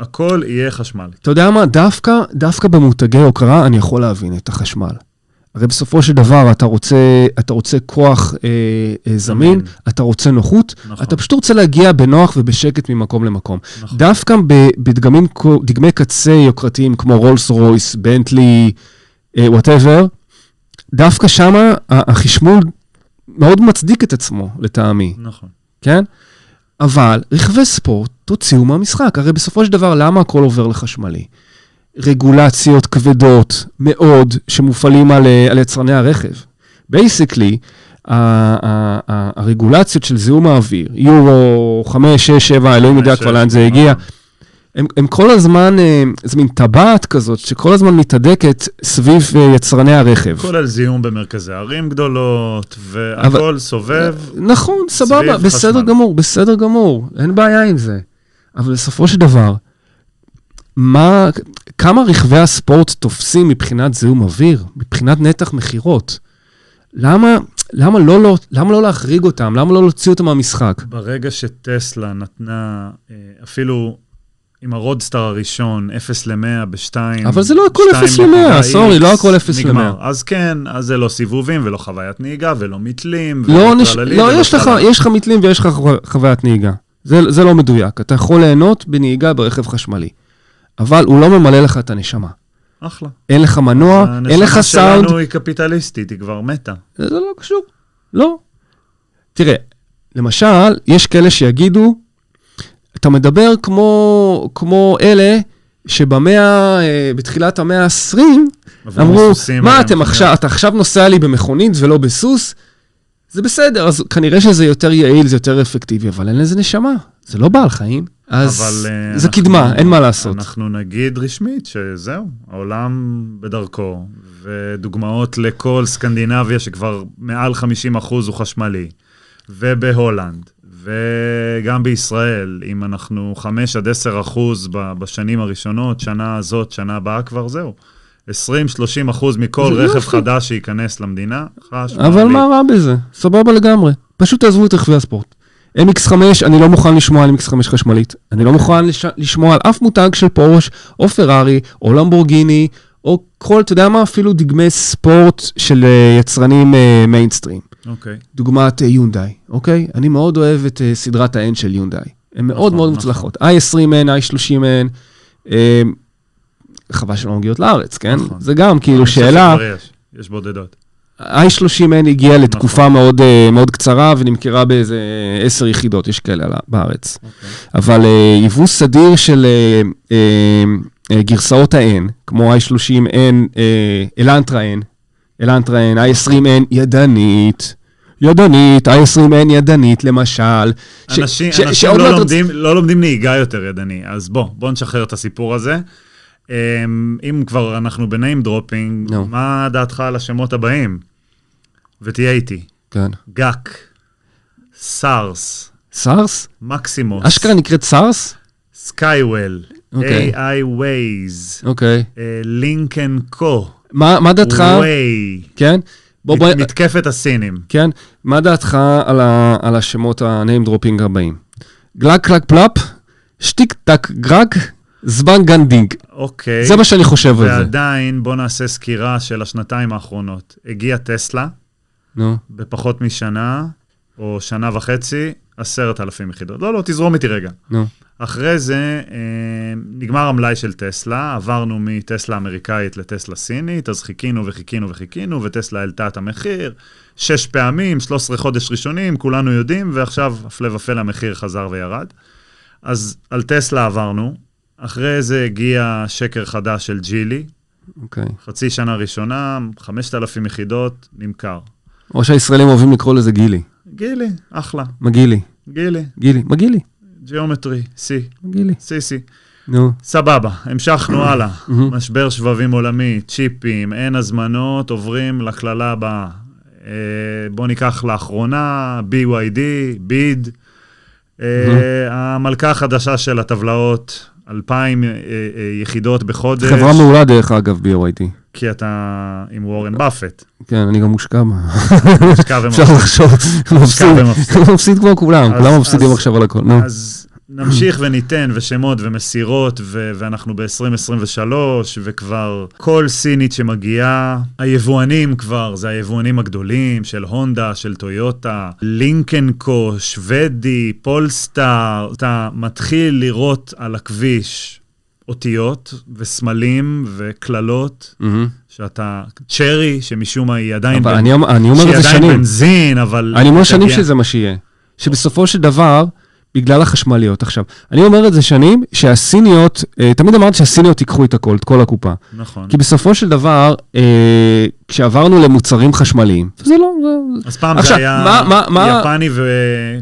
S1: הכל יהיה חשמל.
S2: אתה יודע מה, דווקא, דווקא במותגי הוקרה אני יכול להבין את החשמל. הרי בסופו של דבר אתה רוצה, אתה רוצה כוח אה, אה, זמין,
S1: זמין.
S2: אתה רוצה נוחות,
S1: נכון.
S2: אתה פשוט רוצה להגיע בנוח ובשקט ממקום למקום.
S1: נכון.
S2: דווקא ב- בדגמים, כו- דגמי קצה יוקרתיים כמו רולס רויס, בנטלי, אה, וואטאבר, דווקא שמה ה- החשמול מאוד מצדיק את עצמו, לטעמי,
S1: נכון.
S2: כן? אבל רכבי ספורט, תוציאו מהמשחק. הרי בסופו של דבר, למה הכל עובר לחשמלי? רגולציות כבדות מאוד שמופעלים על, אה, על יצרני הרכב. בייסיקלי, הרגולציות של זיהום האוויר, יורו 5, 6, 7, אלוהים יודע
S1: חמש,
S2: כבר
S1: שש,
S2: לאן זה הגיע,
S1: נכון.
S2: הם, הם כל הזמן, אה, זה מין טבעת כזאת, שכל הזמן מתהדקת סביב אה, יצרני הרכב.
S1: כולל זיהום במרכזי ערים גדולות, והכל
S2: אבל-
S1: סובב.
S2: נכון, סבבה,
S1: סביב
S2: בסדר
S1: חשמל.
S2: גמור, בסדר גמור, אין בעיה עם זה. אבל בסופו של דבר, מה, כמה רכבי הספורט תופסים מבחינת זיהום אוויר, מבחינת נתח מכירות? למה, למה, לא, לא, למה לא להחריג אותם? למה לא להוציא אותם מהמשחק?
S1: ברגע שטסלה נתנה, אה, אפילו עם הרודסטאר הראשון, 0 ל-100 ב-2...
S2: אבל זה לא הכל 0 ל-100, סורי, לא הכל 0 ל-100.
S1: אז כן, אז זה לא סיבובים ולא חוויית נהיגה ולא מתלים.
S2: לא,
S1: ולא
S2: נש...
S1: טרללי
S2: לא
S1: ולא
S2: יש, לך,
S1: טרללה.
S2: יש לך מתלים ויש לך חו- חוויית נהיגה. זה, זה לא מדויק. אתה יכול ליהנות בנהיגה ברכב חשמלי, אבל הוא לא ממלא לך את הנשמה.
S1: אחלה.
S2: אין לך מנוע, אין לך סאונד.
S1: הנשמה שלנו היא קפיטליסטית, היא כבר מתה.
S2: זה לא קשור. לא. תראה, למשל, יש כאלה שיגידו, אתה מדבר כמו, כמו אלה שבמאה, אה, בתחילת המאה ה-20,
S1: עברו
S2: אמרו,
S1: לא סוסים
S2: מה
S1: עליהם,
S2: אתם עכשיו, אתה עכשיו נוסע לי במכונית ולא בסוס? זה בסדר, אז כנראה שזה יותר יעיל, זה יותר אפקטיבי, אבל אין לזה נשמה, זה לא בעל חיים. אז
S1: אבל, אה,
S2: זה
S1: אנחנו-
S2: קדמה, אין מה לעשות.
S1: אנחנו נגיד רשמית שזהו, העולם בדרכו, ודוגמאות לכל סקנדינביה שכבר מעל 50 אחוז הוא חשמלי, ובהולנד, וגם בישראל, אם אנחנו 5 עד 10 אחוז ב- בשנים הראשונות, שנה הזאת, שנה הבאה כבר, זהו. 20-30 אחוז מכל
S2: זה
S1: רכב
S2: יופי.
S1: חדש שייכנס למדינה, חשמלי.
S2: אבל מה רע בזה? סבבה לגמרי. פשוט תעזבו את רכבי הספורט. MX5, אני לא מוכן לשמוע על MX5 חשמלית. אני לא מוכן לש... לשמוע על אף מותג של פורש, או פרארי, או למבורגיני, או כל, אתה יודע מה, אפילו דגמי ספורט של אה, יצרנים אה, מיינסטרים.
S1: אוקיי.
S2: דוגמת אה, יונדאי, אוקיי? אני מאוד אוהב את אה, סדרת ה-N של יונדאי. הן מאוד
S1: נכון,
S2: מאוד
S1: נכון.
S2: מוצלחות. i20N, i30N, אה, חבל שלא מגיעות לארץ, כן?
S1: נכון.
S2: זה גם כאילו
S1: אני חושב
S2: שאלה.
S1: שכבר יש, יש בודדות.
S2: i30N
S1: נכון.
S2: הגיעה לתקופה מאוד, אה, מאוד קצרה ונמכרה באיזה עשר יחידות, יש כאלה על ה- בארץ.
S1: אוקיי.
S2: אבל אה, יבוא סדיר של אה, אה, אה, גרסאות ה-N, כמו i30N, אה, אלנטרה N, אלנטרה N, i20N ידנית. ידנית, i20N ידנית למשל. ש-
S1: אנשים,
S2: ש-
S1: אנשים
S2: שעוד
S1: לא,
S2: מעט-
S1: לומדים, לא לומדים נהיגה יותר ידני, אז בוא, בוא נשחרר את הסיפור הזה. אמ, אם כבר אנחנו בניים דרופינג, no.
S2: נו.
S1: מה דעתך על השמות הבאים? ותהיה איתי.
S2: כן.
S1: גאק, סארס,
S2: סארס?
S1: מקסימוס,
S2: אשכרה נקראת סארס?
S1: סקייוול,
S2: אוקיי.
S1: AI Waze, אה,
S2: אוקיי.
S1: לינקן קו,
S2: מה מה דעתך?
S1: ווי,
S2: כן? בוא, בוא,
S1: מתקפת הסינים.
S2: כן? מה דעתך על, ה, על השמות ה-name dropping הבאים? גלק קלק פלאפ, שטיק טק גרק, זבן גנדינג.
S1: אוקיי.
S2: זה מה שאני חושב על זה.
S1: ועדיין, בוא נעשה סקירה של השנתיים האחרונות. הגיעה טסלה,
S2: נו.
S1: בפחות משנה, או שנה וחצי, עשרת אלפים יחידות. לא, לא, תזרום איתי רגע.
S2: נו.
S1: אחרי זה אה, נגמר המלאי של טסלה, עברנו מטסלה אמריקאית לטסלה סינית, אז חיכינו וחיכינו וחיכינו, וטסלה העלתה את המחיר, שש פעמים, 13 חודש ראשונים, כולנו יודעים, ועכשיו, הפלא ופלא, המחיר חזר וירד. אז על טסלה עברנו, אחרי זה הגיע שקר חדש של ג'ילי,
S2: אוקיי.
S1: חצי שנה ראשונה, 5,000 יחידות, נמכר.
S2: או שהישראלים אוהבים לקרוא לזה גילי.
S1: גילי, אחלה.
S2: מגילי.
S1: גילי,
S2: גילי. מגילי.
S1: ג'יאומטרי, C,
S2: מגילי.
S1: C, C.
S2: נו.
S1: סבבה, המשכנו הלאה.
S2: מהמם.
S1: משבר שבבים עולמי, צ'יפים, אין הזמנות, עוברים לקללה הבאה. אה, בואו ניקח לאחרונה, BYD, ביד. אה,
S2: מהמם.
S1: המלכה החדשה של הטבלאות, 2,000 אה, אה, יחידות בחודש.
S2: חברה מעולה דרך אגב ב-OIT.
S1: כי אתה עם וורן באפט.
S2: כן, אני גם מושקע בה.
S1: מושקע ומפסיד.
S2: אפשר לחשוב. מפסיד.
S1: ומפסיד.
S2: מפסיד כמו כולם,
S1: אז-
S2: כולם מפסידים
S1: אז-
S2: עכשיו על הכל. נו.
S1: אז נמשיך וניתן, ושמות ומסירות, ו- ואנחנו ב-2023, וכבר כל סינית שמגיעה, היבואנים כבר, זה היבואנים הגדולים של הונדה, של טויוטה, לינקנקו, שוודי, פולסטאר, אתה מתחיל לראות על הכביש אותיות וסמלים וקללות,
S3: מהמם.
S1: שאתה צ'רי, שמשום מה היא עדיין...
S2: אבל
S1: בנ-
S2: אני אומר- אני אומר את זה
S1: שהיא עדיין
S2: שנים.
S1: בנזין, אבל...
S2: אני אומר שנים
S1: לא תגיע.
S2: שזה מה שיהיה. שבסופו של דבר, בגלל החשמליות. עכשיו, אני אומר את זה שנים, שהסיניות, אה, תמיד אמרתי שהסיניות ייקחו את הכל, את כל הקופה.
S1: נכון.
S2: כי בסופו של דבר, אה, כשעברנו למוצרים חשמליים, זה לא, זה-
S1: אז פעם זה
S2: עכשיו,
S1: היה
S2: מה- מה- מה-
S1: יפני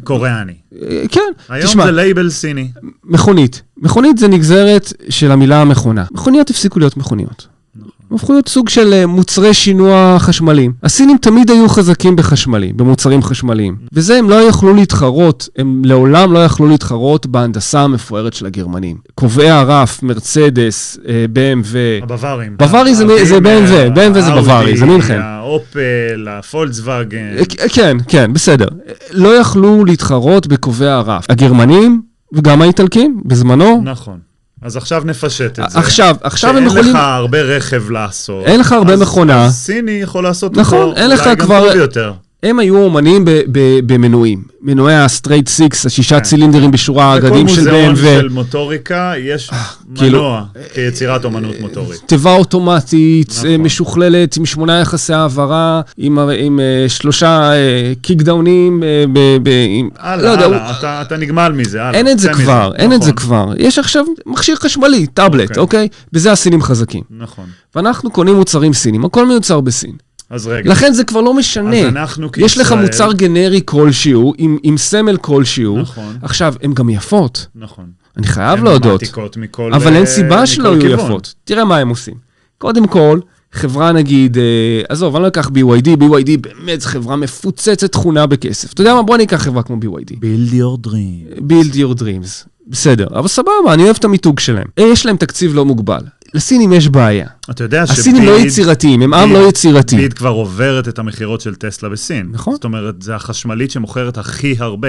S1: וקוריאני.
S2: אה, כן,
S1: היום
S2: תשמע,
S1: זה לייבל סיני.
S2: מכונית. מכונית זה נגזרת של המילה מכונה. מכוניות הפסיקו להיות מכוניות.
S1: נכון.
S2: הם הפכו להיות סוג של אה, מוצרי שינוע חשמליים. הסינים תמיד היו חזקים בחשמלי, במוצרים חשמליים.
S1: נכון.
S2: וזה הם לא יכלו להתחרות, הם לעולם לא יכלו להתחרות בהנדסה המפוארת של הגרמנים. קובעי הרף, מרצדס, אה, BMW,
S1: הבווארים.
S2: בווארי זה מ- זה
S1: האלפים,
S2: BMW,
S1: ה-
S2: BMW זה
S1: האאודי,
S2: בווארי, זה מינכן.
S1: האופל, הפולקסווגן.
S2: אה, כן, כן, בסדר. אה, לא יכלו להתחרות בקובעי הרף. הגרמנים וגם האיטלקים, בזמנו.
S1: נכון. אז עכשיו נפשט את זה.
S2: אה, עכשיו, עכשיו הם
S1: שאין
S2: יכולים...
S1: לך הרבה רכב לעשות.
S2: אין לך הרבה
S1: אז-
S2: מכונה.
S1: אז סיני יכול לעשות
S2: נכון,
S1: אותו.
S2: אין לך
S1: אולי גם
S2: כבר-
S1: טוב יותר.
S2: הם היו אומנים ב- ב- במנועים. מנועי הסטרייט סיקס, השישה
S1: כן.
S2: צילינדרים בשורה,
S1: בכל
S2: האגדים של
S1: מוזיאון
S2: בהם,
S1: של מוטוריקה יש
S2: כאילו-
S1: מנוע כיצירת אומנות מוטורית.
S2: תיבה אוטומטית,
S1: נכון.
S2: אה, משוכללת, עם שמונה יחסי העברה, עם, הר- עם אה, שלושה אה, קיקדאונים, אה, ב- ב- עם... לא
S1: הלאה,
S2: יודע,
S1: הלאה, אתה- אתה נגמל מזה, הלאה.
S2: אין את זה
S1: צא מזה.
S2: כבר, אין את זה
S1: נכון,
S2: כבר. יש עכשיו מכשיר חשמלי, טאבלט,
S1: אוקיי.
S2: אוקיי? בזה הסינים חזקים.
S1: נכון.
S2: ואנחנו קונים מוצרים סינים, הכל מיוצר בסין.
S1: אז רגע.
S2: לכן זה כבר לא משנה.
S1: אז אנחנו כישראל...
S2: יש לך מוצר גנרי כלשהו, עם, עם סמל כלשהו.
S1: נכון,
S2: עכשיו, הן גם יפות,
S1: נכון.
S2: אני חייב
S1: הן
S2: להודות.
S1: מעתיקות מכל
S2: אבל
S1: אה,
S2: אין סיבה
S1: מכל
S2: שלא יהיו
S1: כיוון.
S2: יפות. תראה מה הם עושים. קודם כל, חברה נגיד, אה, עזוב, אני לא אקח BYD, BYD באמת זו חברה מפוצצת תכונה בכסף. אתה יודע מה? בוא ניקח חברה כמו BYD.
S1: build your dream.
S2: build your dreams. בסדר, אבל סבבה, אני אוהב את המיתוג שלהם. אה, יש להם תקציב לא מוגבל. לסינים יש בעיה.
S1: אתה יודע
S2: הסינים לא יצירתיים, הם עם
S1: ביד-
S2: לא יצירתי.
S1: ביט כבר עוברת את המכירות של טסלה בסין.
S2: נכון.
S1: זאת אומרת, זה החשמלית שמוכרת הכי הרבה.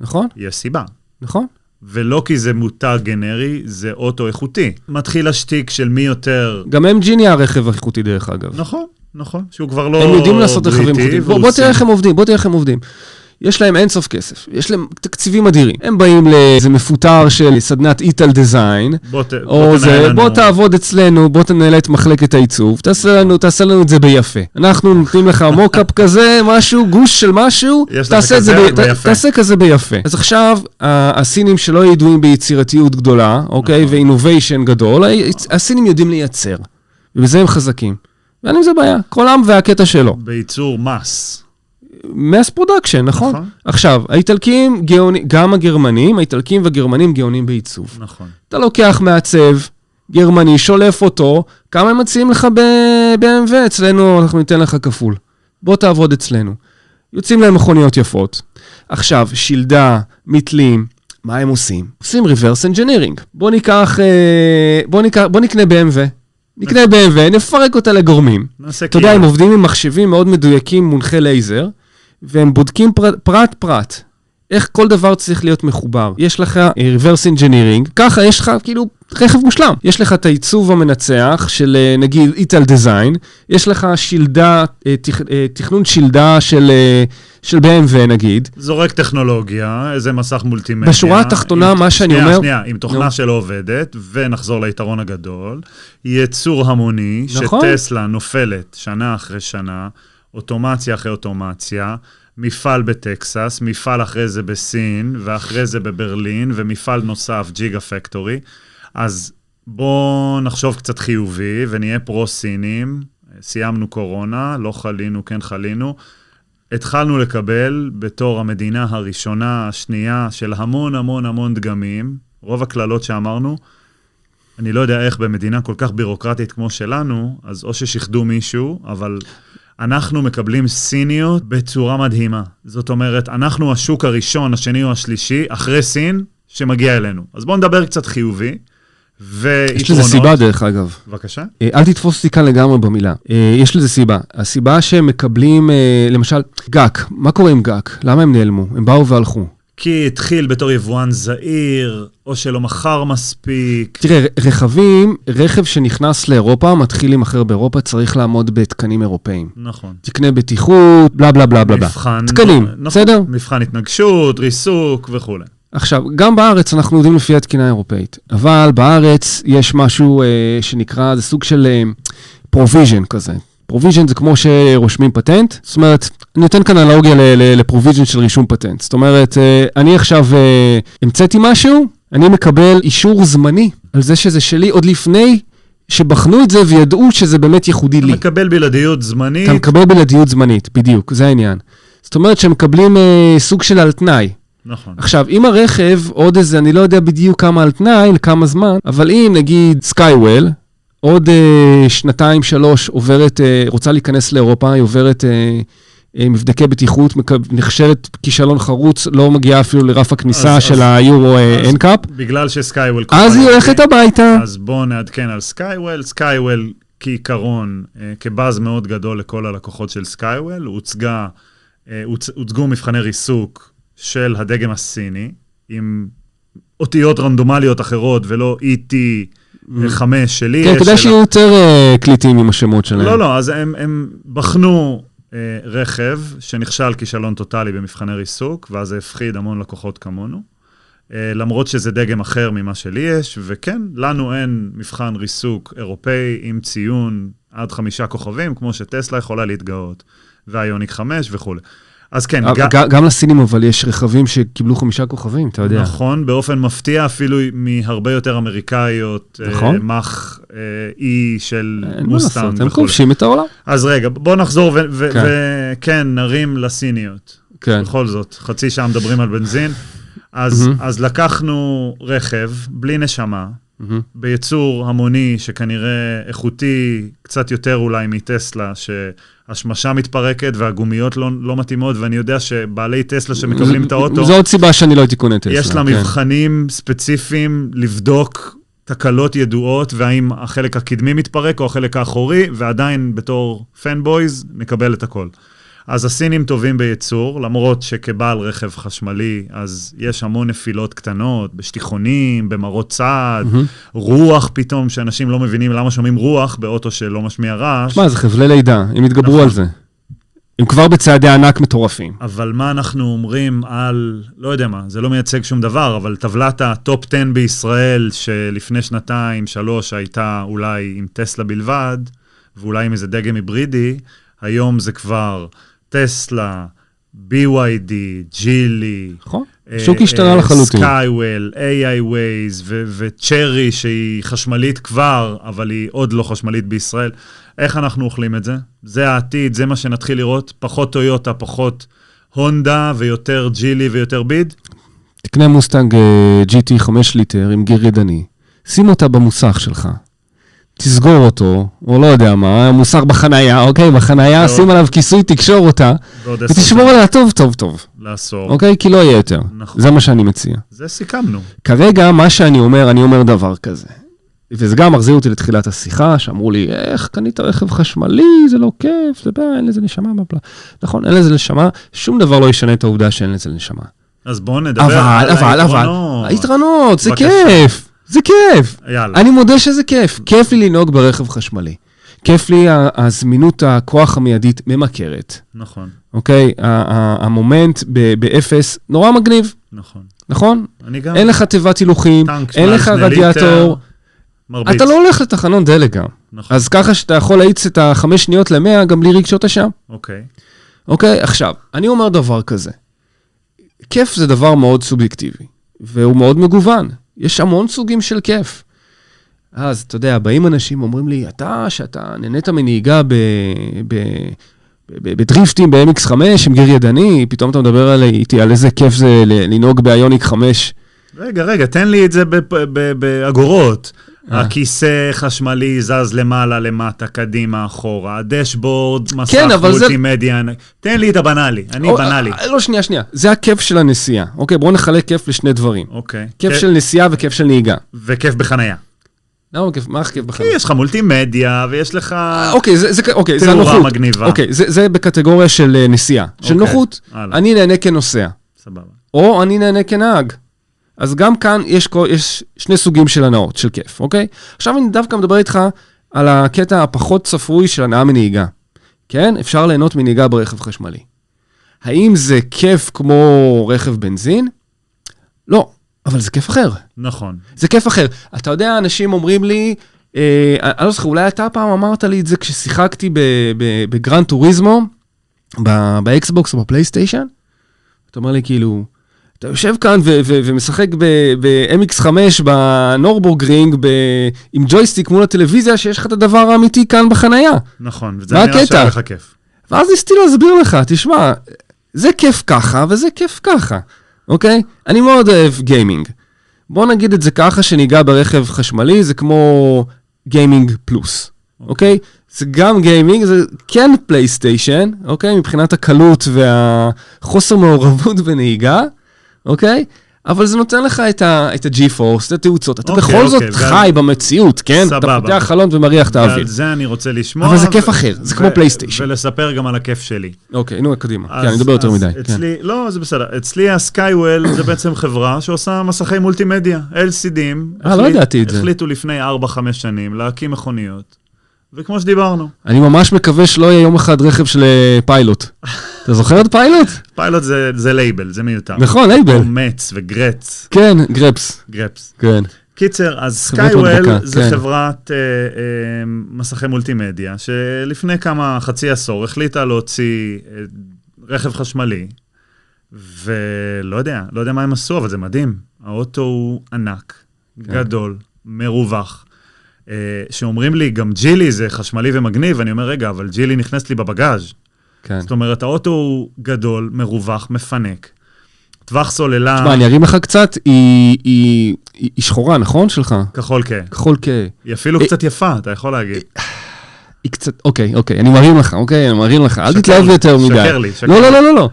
S2: נכון?
S1: יש סיבה.
S2: נכון?
S1: ולא כי זה מותג גנרי, זה אוטו איכותי. מתחיל השטיק של מי יותר...
S2: גם הם ג'יני הרכב האיכותי דרך אגב.
S1: נכון, נכון. שהוא כבר לא
S2: הם יודעים לעשות רכבים
S1: בריטי,
S2: איכותיים. בוא,
S1: והוא
S2: בוא תראה איך
S1: סיני.
S2: הם עובדים, בוא תראה איך הם עובדים. יש להם אינסוף כסף, יש להם תקציבים אדירים. הם באים לאיזה מפוטר של סדנת איטל דיזיין,
S1: בוא ת- בוא
S2: או
S1: תנהל
S2: זה,
S1: לנו-
S2: בוא תעבוד אצלנו, בוא תנהל את מחלקת העיצוב, תעשה לנו, תעשה לנו את זה ביפה. אנחנו נותנים לך מוקאפ כזה, משהו, גוש של משהו,
S1: יש לך
S2: תעשה את זה
S1: כזה,
S2: ב-
S1: אבל
S2: ת-
S1: יפה.
S2: תעשה כזה ביפה. אז עכשיו, ה- הסינים שלא ידועים ביצירתיות גדולה, אוקיי,
S1: נכון.
S2: ואינוביישן גדול, ה- הסינים יודעים לייצר, ובזה הם חזקים. ואין עם זה בעיה, כל עם והקטע שלו.
S1: בייצור מס.
S2: מס פרודקשן, נכון?
S1: נכון.
S2: עכשיו, האיטלקים, גאוני, גם הגרמנים, האיטלקים והגרמנים גאונים בעיצוב.
S1: נכון.
S2: אתה לוקח מעצב, גרמני, שולף אותו, כמה הם מציעים לך ב-BMW? אצלנו אנחנו ניתן לך כפול. בוא תעבוד אצלנו. יוצאים להם מכוניות יפות. עכשיו, שלדה, מתלים, מה הם עושים? עושים reverse engineering. בוא ניקח, אה, בוא, ניקח בוא נקנה BMW. נקנה BMW, נפרק אותה לגורמים.
S1: נעשה כאילו
S2: אתה יודע, הם עובדים עם מחשבים מאוד מדויקים, מונחי לייזר, והם בודקים פרט- פרט-פרט, איך כל דבר צריך להיות מחובר. יש לך אה, reverse engineering, ככה יש לך כאילו רכב מושלם. יש לך את העיצוב המנצח של אה, נגיד איטל דיזיין, יש לך שלדה, אה, תכ- אה, תכנון שלדה של... אה, של BMW נגיד,
S1: זורק טכנולוגיה, איזה מסך מולטימדיה.
S2: בשורה התחתונה,
S1: עם-
S2: מה שאני
S1: שנייה,
S2: אומר-
S1: שנייה, עם תוכנה
S2: נו.
S1: שלא עובדת, ונחזור ליתרון הגדול, יצור המוני,
S2: נכון.
S1: שטסלה נופלת שנה אחרי שנה, אוטומציה אחרי אוטומציה, מפעל בטקסס, מפעל אחרי זה בסין, ואחרי זה בברלין, ומפעל נוסף, ג'יגה פקטורי. אז בואו נחשוב קצת חיובי ונהיה פרו-סינים. סיימנו קורונה, לא חלינו, כן חלינו. התחלנו לקבל בתור המדינה הראשונה, השנייה, של המון המון המון דגמים, רוב הקללות שאמרנו, אני לא יודע איך במדינה כל כך בירוקרטית כמו שלנו, אז או ששיחדו מישהו, אבל אנחנו מקבלים סיניות בצורה מדהימה. זאת אומרת, אנחנו השוק הראשון, השני או השלישי, אחרי סין, שמגיע אלינו. אז בואו נדבר קצת חיובי, ויתרונות.
S2: יש לזה סיבה דרך אגב.
S1: בבקשה.
S2: אה, אל תתפוס אותי כאן לגמרי במילה. אה, יש לזה סיבה. הסיבה שהם מקבלים, אה, למשל, גאק, מה קורה עם גאק? למה הם נעלמו? הם באו והלכו.
S1: כי התחיל בתור יבואן זעיר, או שלא מכר מספיק.
S2: תראה, רכבים, רכב שנכנס לאירופה, מתחיל להימכר באירופה, צריך לעמוד בתקנים אירופאיים.
S1: נכון.
S2: תקני בטיחות, בלה בלה בלה בלה בלה.
S1: מבחן...
S2: תקנים,
S1: נכון,
S2: בסדר?
S1: מבחן התנגשות, ריסוק וכולי.
S2: עכשיו, גם בארץ אנחנו עובדים לפי התקינה האירופאית, אבל בארץ יש משהו אה, שנקרא, זה סוג של אה, provision כזה. provision זה כמו שרושמים פטנט, זאת אומרת, אני נותן כאן אנלוגיה ל- ל- ל-provision של רישום פטנט. זאת אומרת, אה, אני עכשיו אה, המצאתי משהו, אני מקבל אישור זמני על זה שזה שלי עוד לפני שבחנו את זה וידעו שזה באמת ייחודי
S1: אתה
S2: לי.
S1: מקבל בלעדיות זמנית.
S2: אתה מקבל בלעדיות זמנית, בדיוק, זה העניין. זאת אומרת שהם מקבלים אה, סוג של על תנאי.
S1: נכון.
S2: עכשיו, אם הרכב, עוד איזה, אני לא יודע בדיוק כמה על תנאי, לכמה זמן, אבל אם נגיד סקייוול, עוד אה, שנתיים, שלוש, עוברת, אה, רוצה להיכנס לאירופה, היא עוברת אה, אה, מבדקי בטיחות, מקב- נכשלת כישלון חרוץ, לא מגיעה אפילו לרף הכניסה
S1: אז-
S2: של
S1: אז-
S2: היורו
S1: אז-
S2: אנקאפ,
S1: בגלל שסקייוול...
S2: אז היא הולכת הביתה.
S1: אז בואו נעדכן על סקייוול. סקייוול כעיקרון, אה, כבאז מאוד גדול לכל הלקוחות של סקייוול, הוצגה, אה, הוצ- הוצגו מבחני ריסוק של הדגם הסיני, עם אותיות רנדומליות אחרות ולא ET5 שלי.
S2: כן,
S1: יש
S2: כדאי
S1: של-
S2: שיהיו יותר אה, קליטים עם השמות שלהם.
S1: לא, לא, אז הם, הם בחנו אה, רכב שנכשל כישלון טוטאלי במבחני ריסוק, ואז זה הפחיד המון לקוחות כמונו. אה, למרות שזה דגם אחר ממה שלי יש, וכן, לנו אין מבחן ריסוק אירופאי עם ציון עד חמישה כוכבים, כמו שטסלה יכולה להתגאות, והיוניק 5 וכולי. אז כן,
S2: אבל
S1: ג-
S2: אה, ג- גם לסינים, אבל יש רכבים שקיבלו חמישה כוכבים, אתה יודע.
S1: נכון, באופן מפתיע אפילו מהרבה יותר אמריקאיות, אה,
S2: נכון. אה,
S1: מח אה, אי של
S2: אין מה
S1: מוסטנג
S2: לעשות, הם
S1: וכולי.
S2: כובשים את העולם.
S1: אז רגע, בוא נחזור ו- ו-
S2: כן.
S1: וכן, נרים לסיניות.
S2: כן.
S1: בכל זאת, חצי שעה מדברים על בנזין. אז,
S2: מהמם.
S1: אז לקחנו רכב בלי נשמה,
S2: מהמם.
S1: בייצור המוני שכנראה איכותי קצת יותר אולי מטסלה, שהשמשה מתפרקת והגומיות לא, לא מתאימות, ואני יודע שבעלי טסלה שמקבלים את האוטו,
S2: זו עוד סיבה שאני לא הייתי קונה טסלה.
S1: יש לה
S2: כן.
S1: מבחנים ספציפיים לבדוק תקלות ידועות, והאם החלק הקדמי מתפרק או החלק האחורי, ועדיין בתור פנבויז נקבל את הכל. אז הסינים טובים בייצור, למרות שכבעל רכב חשמלי, אז יש המון נפילות קטנות, בשטיחונים, במראות צד,
S2: מהמם.
S1: רוח פתאום, שאנשים לא מבינים למה שומעים רוח באוטו שלא משמיע רעש.
S2: שמע, זה חבלי לידה, הם יתגברו
S1: נכון.
S2: על זה. הם כבר בצעדי ענק מטורפים.
S1: אבל מה אנחנו אומרים על, לא יודע מה, זה לא מייצג שום דבר, אבל טבלת הטופ 10 בישראל, שלפני שנתיים, שלוש, הייתה אולי עם טסלה בלבד, ואולי עם איזה דגם היברידי, היום זה כבר טסלה, BYD, ג'ילי.
S2: נכון?
S1: אה,
S2: השוק השתנה לחלוטין.
S1: סקייוול, AI Waze ו- וצ'רי שהיא חשמלית כבר, אבל היא עוד לא חשמלית בישראל. איך אנחנו אוכלים את זה? זה העתיד, זה מה שנתחיל לראות. פחות טויוטה, פחות הונדה ויותר ג'ילי ויותר ביד.
S2: תקנה מוסטנג אה, GT 5 ליטר עם גיר ידני, שים אותה במוסך שלך, תסגור אותו, או לא יודע מה, מוסך בחנייה, אוקיי, בחנייה,
S1: לא.
S2: שים עליו כיסוי, תקשור אותה,
S1: ועוד עשר
S2: ותשמור
S1: שנים
S2: עליה טוב טוב טוב,
S1: לעשור.
S2: אוקיי? כי לא יהיה יותר.
S1: נכון.
S2: זה מה שאני מציע.
S1: זה סיכמנו.
S2: כרגע, מה שאני אומר, אני אומר דבר כזה. וזה גם מחזיר אותי לתחילת השיחה, שאמרו לי, איך קנית רכב חשמלי, זה לא כיף, זה בעיה, אין לזה נשמה, בלה בלה. נכון, אין לזה נשמה, שום דבר לא ישנה את העובדה שאין לזה נשמה.
S1: אז בואו נדבר
S2: אבל,
S1: על
S2: אבל, אבל,
S1: היתרונות.
S2: היתרונות, זה
S1: בבקשה.
S2: כיף, זה כיף.
S1: יאללה.
S2: אני מודה שזה כיף, כיף לי לנהוג ברכב חשמלי. כיף לי ה- הזמינות הכוח המיידית ממכרת,
S1: נכון,
S2: אוקיי? ה- ה- המומנט ב- באפס, נורא מגניב,
S1: נכון.
S2: נכון?
S1: אני גם...
S2: אין לך תיבת הילוכים,
S1: טנק
S2: אין לך
S1: 17 ליטר,
S2: רדיאטור,
S1: מרביץ.
S2: אתה לא הולך לתחנון דלק גם.
S1: נכון,
S2: אז ככה שאתה יכול להאיץ את החמש שניות למאה גם בלי רגשות אשם.
S1: אוקיי.
S2: אוקיי, עכשיו, אני אומר דבר כזה. כיף זה דבר מאוד סובייקטיבי, והוא מאוד מגוון. יש המון סוגים של כיף. אז אתה יודע, באים אנשים, אומרים לי, אתה, שאתה נהנית מנהיגה ב... ב... ב- בדריפטים ב-MX5 עם גיר ידני, פתאום אתה מדבר על- איתי על איזה כיף זה ל- לנהוג באיוניק 5
S1: רגע, רגע, תן לי את זה בפ- ב- באגורות.
S2: אה.
S1: הכיסא חשמלי זז למעלה, למטה, קדימה, אחורה, הדשבורד, מסך
S2: כן, אבל זה-
S1: מולטימדיה, תן לי את הבנאלי, אני
S2: או-
S1: בנאלי.
S2: אה, לא, שנייה, שנייה. זה הכיף של הנסיעה. אוקיי, בואו נחלק כיף לשני דברים.
S1: אוקיי.
S2: כיף
S1: כיף-
S2: של נסיעה וכיף של נהיגה.
S1: וכיף בחנייה.
S2: למה כיף? מה הכיף
S1: כי
S2: בכלל?
S1: יש לך מולטימדיה, ויש לך...
S2: אוקיי, זה- זה כ- אוקיי, זה
S1: תאורה
S2: הנוחות.
S1: מגניבה.
S2: אוקיי, זה זה בקטגוריה של אה, נסיעה. של
S1: אוקיי,
S2: נוחות.
S1: הלאה.
S2: אני נהנה כנוסע.
S1: סבבה.
S2: או אני נהנה כנהג. אז גם כאן יש, כל- יש שני סוגים של הנאות, של כיף, אוקיי? עכשיו אני דווקא מדבר איתך על הקטע הפחות צפוי של הנאה מנהיגה. כן? אפשר ליהנות מנהיגה ברכב חשמלי. האם זה כיף כמו רכב בנזין? לא, אבל זה כיף אחר.
S1: נכון.
S2: זה כיף אחר. אתה יודע, אנשים אומרים לי, אה, אני לא זוכר, אולי אתה פעם אמרת לי את זה כששיחקתי ב- ב- בגרן טוריזמו, ב- באקסבוקס או בפלייסטיישן? אתה אומר לי, כאילו, אתה יושב כאן ו- ו- ומשחק ב- ב-MX5 בנורבורגרינג ב- עם ג'ויסטיק מול הטלוויזיה, שיש לך את הדבר האמיתי כאן בחנייה.
S1: נכון, וזה
S2: מה
S1: נראה שהיה
S2: הקטע?
S1: לך כיף.
S2: ואז ניסיתי להסביר לך, תשמע, זה כיף ככה וזה כיף ככה, אוקיי? אני מאוד אוהב גיימינג. בוא נגיד את זה ככה, שניגע ברכב חשמלי, זה כמו גיימינג פלוס, אוקיי? זה גם גיימינג, זה כן פלייסטיישן, אוקיי? מבחינת הקלות והחוסר מעורבות בנהיגה, אוקיי? אבל זה נותן לך את ה- את ה-G-Force, את התאוצות. אתה
S1: אוקיי,
S2: בכל זאת
S1: אוקיי, זה-
S2: חי במציאות, כן?
S1: סבבה.
S2: אתה פותח חלון ומריח את האוויר.
S1: ועל זה אני רוצה לשמוע.
S2: אבל זה
S1: ו-
S2: כיף אחר, זה
S1: ו-
S2: כמו פלייסטיישן.
S1: ולספר גם על הכיף שלי.
S2: אוקיי, נו, קדימה. כן,
S1: אז-
S2: אני מדבר יותר
S1: אז
S2: מדי. כן.
S1: אצלי, לא, זה בסדר. אצלי הסקייוול זה בעצם חברה שעושה מסכי מולטימדיה, LCDים.
S2: אה, לא
S1: החליט-
S2: ידעתי את זה.
S1: החליטו לפני 4-5 שנים להקים מכוניות, וכמו שדיברנו,
S2: אני ממש מקווה שלא יהיה יום אחד רכב של אה, פיילוט. אתה זוכר את פיילוט?
S1: פיילוט זה- זה לייבל, זה מיותר.
S2: נכון, אייבל.
S1: או מצ וגרץ,
S2: כן, גרפס.
S1: גרפס.
S2: כן.
S1: קיצר, אז
S2: חברת
S1: סקייוול
S2: מדבקה,
S1: זה
S2: כן.
S1: חברת אה, אה, מסכי מולטימדיה, שלפני כמה, חצי עשור, החליטה להוציא אה, רכב חשמלי, ולא יודע, לא יודע מה הם עשו, אבל זה מדהים. האוטו הוא ענק,
S2: כן.
S1: גדול, מרווח. אה, שאומרים לי, גם ג'ילי זה חשמלי ומגניב, אני אומר, רגע, אבל ג'ילי נכנסת לי בבגאז'.
S2: כן.
S1: זאת אומרת, האוטו הוא גדול, מרווח, מפנק. טווח סוללה,
S2: תשמע, אני ארים לך קצת, היא- היא היא- היא שחורה, נכון? שלך?
S1: כחול כהה.
S2: כחול כהה.
S1: היא אפילו
S2: אה,
S1: קצת יפה, אתה יכול להגיד.
S2: היא קצת, אוקיי, אוקיי, אני מרים לך, אוקיי, אני מרים לך, אל
S1: שקר
S2: תתלהב
S1: לי,
S2: יותר מדי.
S1: שקר לי, שקר
S2: לא,
S1: לי.
S2: לא, לא, לא, לא.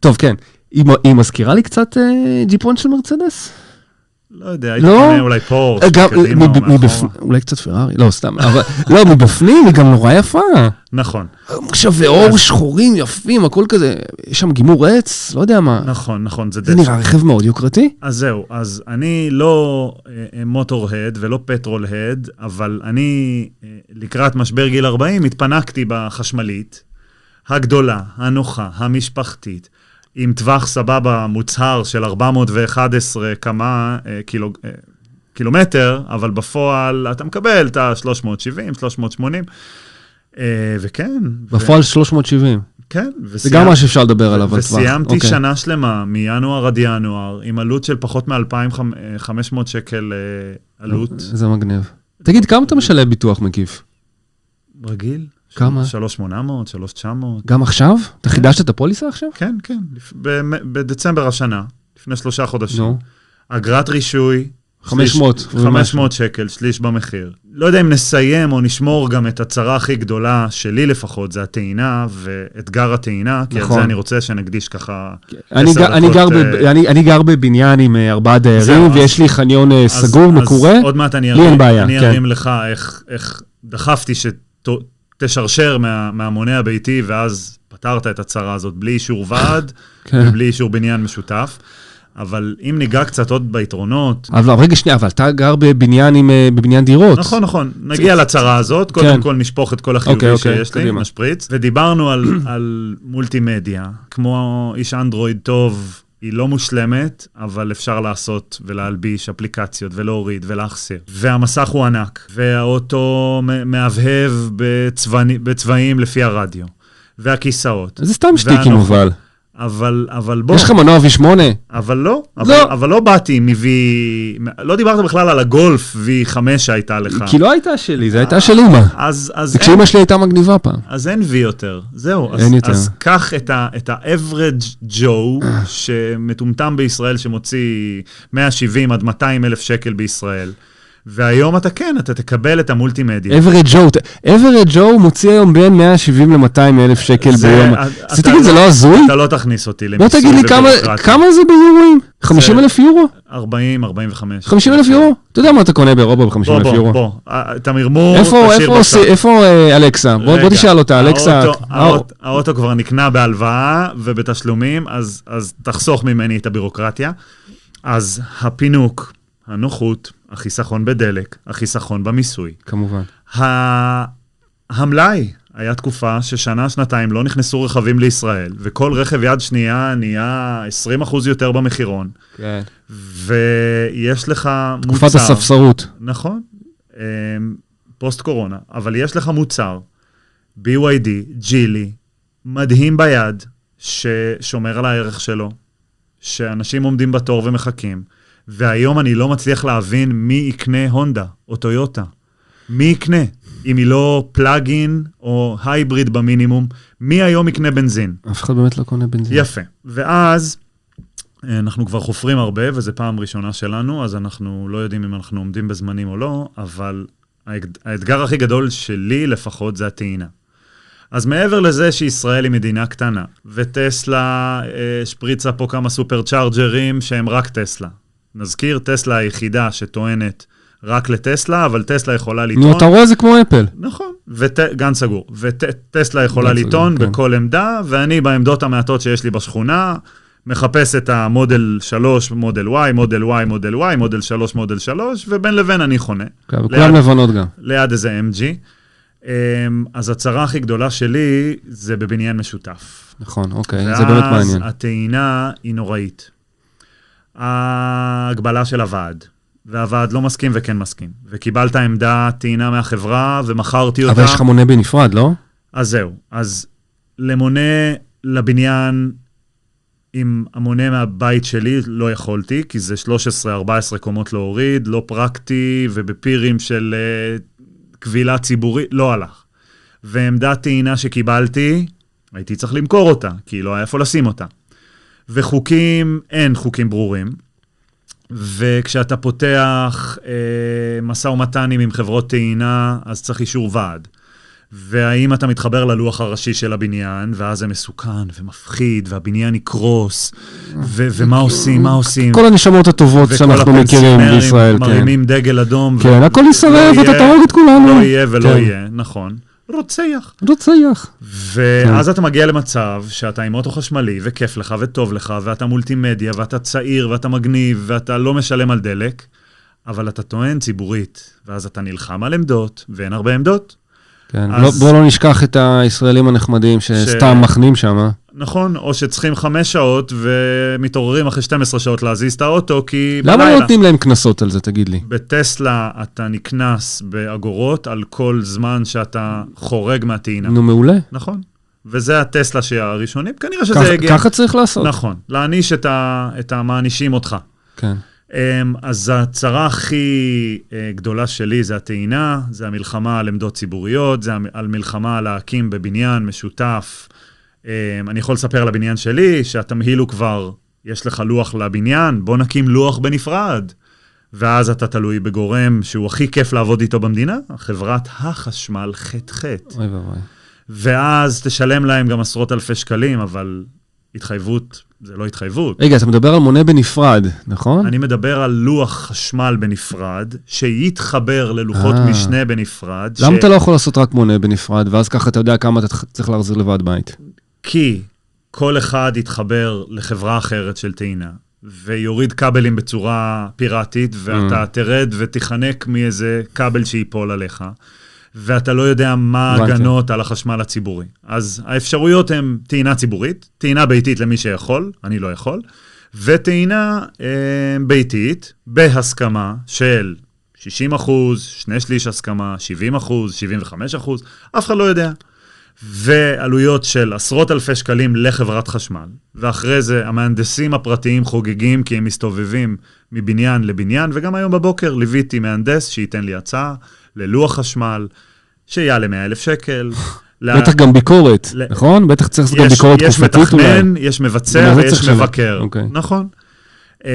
S2: טוב, כן. היא מ- היא מזכירה לי קצת אה, ג'יפון של מרצדס?
S1: לא יודע, הייתי
S2: לא?
S1: קונה אולי פורש,
S2: אה, גם,
S1: אוקיי, קדימה או
S2: מב-
S1: מאחורה.
S2: מבפ- אולי קצת פרארי, לא, סתם. אבל- לא, מבפנים היא גם נורא יפה.
S1: נכון,
S2: שווה אור שחורים יפים, הכל כזה, יש שם גימור עץ, לא יודע מה.
S1: נכון, נכון, זה
S2: זה
S1: דשא.
S2: נראה רכב מאוד יוקרתי.
S1: אז זהו, אז אני לא מוטור-הד ולא פטרול-הד, אבל אני אה, לקראת משבר גיל 40 התפנקתי בחשמלית הגדולה, הנוחה, המשפחתית, עם טווח סבבה מוצהר של 411 כמה אה, קילו, אה, קילומטר, אבל בפועל אתה מקבל את ה-370, 380, אה, וכן. ו-
S2: בפועל 370.
S1: כן,
S2: זה
S1: וסיימתי-
S2: גם מה שאפשר לדבר עליו על טווח.
S1: וסיימתי
S2: אוקיי.
S1: שנה שלמה, מינואר עד ינואר, עם עלות של פחות מ-2,500 שקל אה, עלות.
S2: זה מגניב. תגיד, כמה אתה משלם ביטוח מקיף?
S1: רגיל?
S2: כמה?
S1: 3,800, 3,900.
S2: גם עכשיו? אתה חידשת את הפוליסה עכשיו?
S1: כן, כן, לפ- במ- בדצמבר השנה, לפני שלושה חודשים.
S2: נו.
S1: אגרת רישוי.
S2: 500
S1: שליש-
S2: ומשהו.
S1: 500 שקל, שליש במחיר. לא יודע אם נסיים או נשמור גם את הצרה הכי גדולה, שלי לפחות, זה הטעינה ואתגר הטעינה, כי על
S2: נכון.
S1: זה אני רוצה שנקדיש ככה
S2: אני
S1: עשר
S2: גר- אני
S1: דקות,
S2: גר ב-
S1: אה,
S2: אני- אני גר בבניין עם אה, ארבעה דיירים,
S1: זהו, אז-
S2: ויש לי חניון אה,
S1: אז-
S2: סגור, מקורה.
S1: אז עוד מעט אני
S2: לי אין
S1: ארים,
S2: בעיה,
S1: אני
S2: כן.
S1: ארים לך איך, איך דחפתי שתשרשר מה, מהמונה הביתי, ואז פתרת את הצרה הזאת בלי אישור ועד
S2: כן.
S1: ובלי אישור בניין משותף. אבל אם ניגע קצת עוד ביתרונות,
S2: אבל לא, רגע, שנייה, אבל אתה גר בבניין עם, אה, בבניין דירות.
S1: נכון, נכון, נגיע לצרה הזאת,
S2: כן.
S1: קודם כל נשפוך את כל
S2: אוקיי,
S1: החיובי
S2: אוקיי,
S1: שיש לי,
S2: קדימה.
S1: נשפריץ. ודיברנו על- על מולטימדיה, כמו איש אנדרואיד טוב, היא לא מושלמת, אבל אפשר לעשות ולהלביש אפליקציות ולהוריד ולהחסיר. והמסך הוא ענק, והאוטו מ- מהבהב בצבעני- בצבעים לפי הרדיו, והכיסאות.
S2: זה סתם שטיקים
S1: ואנוכי.
S2: אבל.
S1: אבל, אבל בוא,
S2: יש לך מנוע V8?
S1: אבל לא, אבל, אבל לא באתי מ-V... לא דיברת בכלל על הגולף V5 שהייתה לך.
S2: כי לא הייתה שלי, זו הייתה של אימא.
S1: אז, אז
S2: זה כשאימא שלי הייתה מגניבה פעם.
S1: אז אין V יותר, זהו. אז,
S2: אין יותר.
S1: אז קח את, ה, את ה-Average Joe שמטומטם בישראל, שמוציא 170 עד 200 אלף שקל בישראל, והיום אתה כן, אתה תקבל את המולטימדיה.
S4: אברד ג'ו, אברד גו מוציא היום בין 170 ל-200 אלף שקל
S1: זה-
S4: ביום.
S1: אתה-
S4: אז תגיד, זה לא הזוי?
S1: אתה לא תכניס אותי למיסוי
S4: בוא תגיד לי כמה-
S1: ובירוקרטיה.
S4: כמה זה ביורואים? 50 אלף יורו?
S1: 40, 45.
S4: 50 אלף יורו? אתה יודע מה אתה קונה באירופה ב-50
S1: בוא,
S4: אלף
S1: בוא,
S4: יורו?
S1: בוא. אה, את המרמור
S4: איפה-
S1: תשאיר
S4: איפה
S1: בצד.
S4: עושה- איפה אה, אלכסה? בוא בוא
S1: רגע,
S4: תשאל אותה, אלכסה. אה,
S1: האוטו-
S4: מה-
S1: האוט- האוטו כבר נקנה בהלוואה ובתשלומים, אז אז תחסוך ממני את הבירוקרטיה. אז הפינוק, הנוחות, החיסכון בדלק, החיסכון במיסוי,
S4: כמובן.
S1: ה- המלאי, היה תקופה ששנה, שנתיים לא נכנסו רכבים לישראל, וכל רכב יד שנייה נהיה 20% יותר במחירון,
S4: כן.
S1: ויש לך מוצר...
S4: תקופת הספסרות.
S1: נכון, אמ, פוסט-קורונה, אבל יש לך מוצר, BYD, ג'ילי, מדהים ביד, ששומר על הערך שלו, שאנשים עומדים בתור ומחכים, והיום אני לא מצליח להבין מי יקנה הונדה או טויוטה. מי יקנה? אם היא לא פלאגין או הייבריד במינימום, מי היום יקנה בנזין?
S4: אף אחד באמת לא קונה בנזין.
S1: יפה. ואז אה, אנחנו כבר חופרים הרבה, וזו פעם ראשונה שלנו, אז אנחנו לא יודעים אם אנחנו עומדים בזמנים או לא, אבל האג- האתגר הכי גדול שלי לפחות זה הטעינה. אז מעבר לזה שישראל היא מדינה קטנה, וטסלה אה, שפריצה פה כמה סופר-צ'ארג'רים שהם רק טסלה. נזכיר, טסלה היחידה שטוענת רק לטסלה, אבל טסלה יכולה לטעון...
S4: נו, אתה רואה זה כמו אפל.
S1: נכון, וגן סגור. וטסלה יכולה
S4: גן סגור,
S1: לטעון
S4: כן.
S1: בכל עמדה, ואני בעמדות המעטות שיש לי בשכונה, מחפש את המודל 3, מודל Y, מודל Y, מודל Y, מודל 3, מודל 3, ובין לבין אני חונה,
S4: כן, וכולם
S1: ליד-
S4: לבנות גם.
S1: ליד איזה MG. אמ, אז הצרה הכי גדולה שלי זה בבניין משותף.
S4: נכון, אוקיי, זה באמת מעניין.
S1: ואז הטעינה היא נוראית. ההגבלה של הוועד, והוועד לא מסכים וכן מסכים. וקיבלת עמדה טעינה מהחברה ומכרתי אותה,
S4: אבל יש לך מונה בנפרד, לא?
S1: אז זהו. אז למונה לבניין עם המונה מהבית שלי לא יכולתי, כי זה 13-14 קומות להוריד, לא פרקטי, ובפירים של אה, כבילה ציבורית, לא הלך. ועמדת טעינה שקיבלתי, הייתי צריך למכור אותה, כי לא היה איפה לשים אותה. וחוקים, אין חוקים ברורים. וכשאתה פותח אה, משא ומתנים עם חברות טעינה, אז צריך אישור ועד. והאם אתה מתחבר ללוח הראשי של הבניין, ואז זה מסוכן ומפחיד, והבניין יקרוס, ו- ומה עושים, מה עושים.
S4: כל הנשמות הטובות
S1: וכל
S4: שאנחנו מכירים
S1: הפנסיונרים
S4: בישראל, כן.
S1: מרימים דגל אדום.
S4: כן,
S1: ו-
S4: הכל
S1: לא
S4: יישרף, אתה
S1: יהיה-
S4: תהרוג את כולנו.
S1: לא יהיה ולא
S4: כן.
S1: יהיה, נכון. רוצח.
S4: לא צייח. כן.
S1: ואז אתה מגיע למצב שאתה עם אוטו חשמלי, וכיף לך, וטוב לך, ואתה מולטימדיה, ואתה צעיר, ואתה מגניב, ואתה לא משלם על דלק, אבל אתה טוען ציבורית, ואז אתה נלחם על עמדות, ואין הרבה עמדות.
S4: כן,
S1: אז-
S4: לא- בואו לא נשכח את הישראלים הנחמדים שסתם מחנים שם. אה?
S1: נכון, או שצריכים חמש שעות ומתעוררים אחרי 12 שעות להזיז את האוטו, כי
S4: למה
S1: בלילה.
S4: לא נותנים להם קנסות על זה, תגיד לי?
S1: בטסלה אתה נקנס באגורות על כל זמן שאתה חורג מהטעינה.
S4: נו, מעולה.
S1: נכון. וזה הטסלה שהראשונים, כנראה
S4: ככה-
S1: שזה יגיע.
S4: ככה צריך לעשות.
S1: נכון, להעניש את, ה, את המענישים אותך.
S4: כן.
S1: אמ, אז הצרה הכי אה, גדולה שלי זה הטעינה, זה המלחמה על עמדות ציבוריות, זה המ- על מלחמה על להקים בבניין משותף. אמ, אני יכול לספר על הבניין שלי, שהתמהיל הוא כבר, יש לך לוח לבניין, בוא נקים לוח בנפרד. ואז אתה תלוי בגורם שהוא הכי כיף לעבוד איתו במדינה, חברת החשמל ח"ח.
S4: אוי ואבוי.
S1: ואז תשלם להם גם עשרות אלפי שקלים, אבל התחייבות זה לא התחייבות.
S4: רגע, אתה מדבר על מונה בנפרד, נכון?
S1: אני מדבר על לוח חשמל בנפרד, שיתחבר ללוחות
S4: אה.
S1: משנה בנפרד.
S4: למה
S1: ש-
S4: אתה לא יכול לעשות רק מונה בנפרד, ואז ככה אתה יודע כמה אתה צריך להחזיר לוועד בית?
S1: כי כל אחד יתחבר לחברה אחרת של טעינה, ויוריד כבלים בצורה פיראטית, ואתה תרד ותיחנק מאיזה כבל שייפול עליך, ואתה לא יודע מה
S4: הבנתי.
S1: ההגנות על החשמל הציבורי. אז האפשרויות הן טעינה ציבורית, טעינה ביתית למי שיכול, אני לא יכול, וטעינה אה, ביתית בהסכמה של 60 אחוז, שני שליש הסכמה, 70 אחוז, 75 אחוז, אף אחד לא יודע. ועלויות של עשרות אלפי שקלים לחברת חשמל. ואחרי זה המהנדסים הפרטיים חוגגים כי הם מסתובבים מבניין לבניין, וגם היום בבוקר ליוויתי מהנדס שייתן לי הצעה ללוח חשמל, שיעלה 100 אלף שקל.
S2: לא
S1: ל-
S4: בטח גם ביקורת,
S1: ל-
S4: נכון? בטח צריך לעשות גם
S1: יש-
S4: ביקורת
S1: יש
S4: תקופתית אולי.
S1: מתכנן, יש מבצע
S4: בגלל זה צריך
S1: ויש
S4: לשלם.
S1: מבקר.
S4: אוקיי.
S1: נכון. אמ,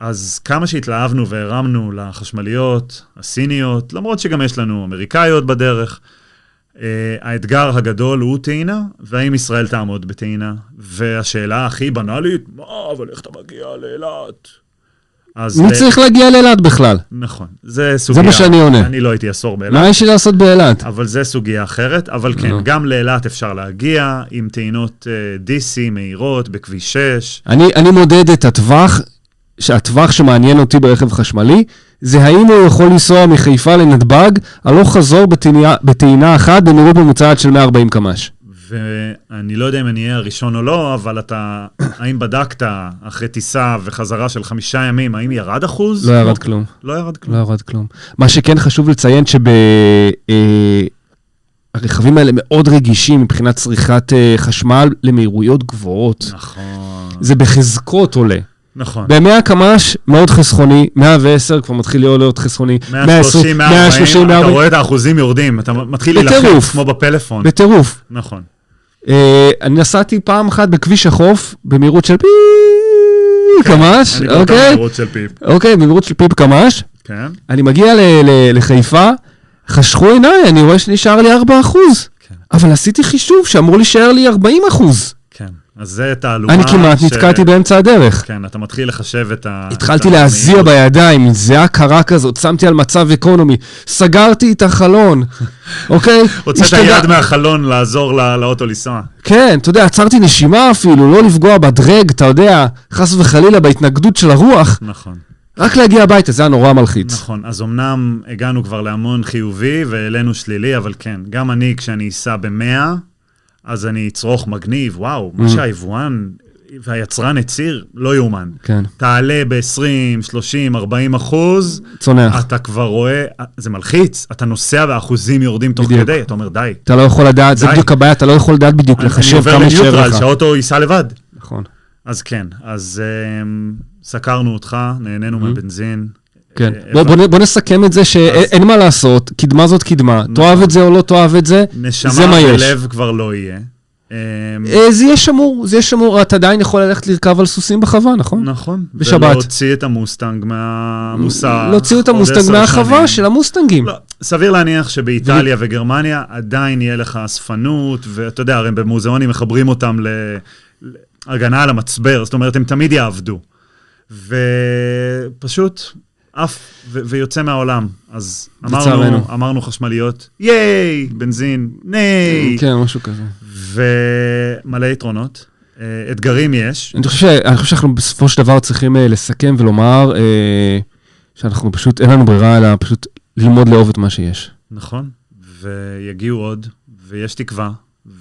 S1: אז כמה שהתלהבנו והרמנו לחשמליות הסיניות, למרות שגם יש לנו אמריקאיות בדרך, אה, האתגר הגדול הוא טעינה, והאם ישראל תעמוד בטעינה? והשאלה הכי בנאלית, מה, אבל איך אתה מגיע לאילת? אז...
S2: מי
S1: אה,
S2: צריך להגיע לאילת בכלל?
S1: נכון, זה סוגיה.
S2: מה שאני עונה.
S1: אני לא הייתי עשור באילת.
S2: מה יש לי לעשות באילת?
S1: אבל זה סוגיה אחרת. אבל כן,
S2: נו.
S1: גם לאילת אפשר להגיע עם טעינות אה, DC מהירות בכביש 6.
S2: אני, אני מודד את הטווח, שהטווח שמעניין אותי ברכב חשמלי, זה האם הוא יכול לנסוע מחיפה לנתב"ג, הלוך חזור בטעינה, בטעינה אחת במהירות ממוצעת של 140 קמ"ש.
S1: ואני לא יודע אם אני אהיה הראשון או לא, אבל אתה, האם בדקת אחרי טיסה וחזרה של חמישה ימים, האם ירד אחוז?
S2: לא ירד כלום.
S1: לא ירד
S2: לא
S1: כלום.
S2: ירד כלום. מה שכן חשוב לציין שב... אה, הרכבים האלה מאוד רגישים מבחינת צריכת אה, חשמל למהירויות גבוהות.
S1: נכון,
S2: זה בחזקות עולה.
S1: נכון.
S2: ב-100 קמ"ש מאוד חסכוני, 110 כבר מתחיל להיות להיות חסכוני,
S1: 130, 140,
S2: 140,
S1: אתה רואה את האחוזים יורדים, אתה מתחיל להילחם
S2: בטירוף.
S1: כמו בפלאפון.
S2: בטירוף.
S1: נכון.
S2: אה, אני נסעתי פעם אחת בכביש החוף במהירות של פי... קמ"ש,
S1: כן, אני באותה
S2: אוקיי?
S1: מהירות של פיפ.
S2: אוקיי, במהירות של פיפ קמ"ש.
S1: כן,
S2: אני מגיע ל- ל- לחיפה, חשכו עיניי, אני רואה שנשאר לי 4 אחוז.
S1: כן.
S2: אבל עשיתי חישוב שאמור להישאר לי 40 אחוז.
S1: כן. אז זה תעלומה.
S2: אני כמעט
S1: ש-
S2: נתקעתי באמצע הדרך.
S1: כן, אתה מתחיל לחשב את ה...
S2: התחלתי
S1: את
S2: להזיע
S1: המהירות.
S2: בידיים, זיעה קרה כזאת, שמתי על מצב אקונומי, סגרתי את החלון, אוקיי?
S1: הוצאת
S2: השתגע-
S1: יד מהחלון לעזור לא- לאוטו לנסוע.
S2: כן, אתה יודע, עצרתי נשימה אפילו, לא לפגוע בדרג, אתה יודע, חס וחלילה בהתנגדות של הרוח,
S1: נכון,
S2: רק להגיע הביתה, זה היה נורא מלחיץ.
S1: נכון. אז אמנם הגענו כבר להמון חיובי והעלינו שלילי, אבל כן, גם אני, כשאני אסע ב-100, אז אני אצרוך מגניב, וואו,
S2: Mm.
S1: מה שהיבואן והיצרן הצהיר, לא יאומן.
S2: כן,
S1: תעלה ב-20, 30, 40 אחוז,
S2: צונח.
S1: אתה כבר רואה, זה מלחיץ, אתה נוסע והאחוזים יורדים תוך
S2: בדיוק.
S1: כדי, אתה אומר, די.
S2: אתה לא יכול לדעת, זה
S1: די.
S2: בדיוק הבעיה, אתה לא יכול לדעת בדיוק
S1: אני
S2: לחשב
S1: עובר
S2: כמה שאיר
S1: לניוטרל,
S2: לך.
S1: שהאוטו ייסע לבד.
S2: נכון.
S1: אז כן, אז אמ, סקרנו אותך,
S2: Mm.
S1: נהנינו מהבנזין.
S2: כן.
S1: אה,
S2: בוא- בוא נ- בוא נסכם את זה שאין מה לעשות, קדמה זאת קדמה,
S1: נכון.
S2: תאהב את זה או לא תאהב את זה, זה
S1: נשמה
S2: מה יש.
S1: ולב כבר לא יהיה. אמ,
S2: אה, זה יהיה שמור, זה יהיה שמור, אתה עדיין יכול ללכת לרכב על סוסים בחווה, נכון?
S1: נכון.
S2: בשבת.
S1: ולהוציא את המוסטנג מהמוסך.
S2: להוציא את
S1: נכון. עוד
S2: המוסטנג
S1: עשר שנים.
S2: מהחווה של המוסטנגים.
S1: לא, סביר להניח שבאיטליה וגרמניה עדיין יהיה לך אספנות, ואתה יודע, הרי במוזיאונים מחברים אותם ל- להגנה על המצבר, זאת אומרת, הם תמיד יעבדו. ופשוט עף ו- ויוצא מהעולם. אז אמרנו,
S2: לצערנו.
S1: אמרנו חשמליות, ייי, בנזין, ניי,
S2: כן, משהו כזה.
S1: ומלא יתרונות. אה, אתגרים יש,
S2: אני חושב, ש- אני חושב שאנחנו בסופו של דבר צריכים אה, לסכם ולומר אה, שאנחנו פשוט, אין לנו ברירה אלא פשוט ללמוד לאהוב את מה שיש.
S1: נכון, ויגיעו עוד, ויש תקווה,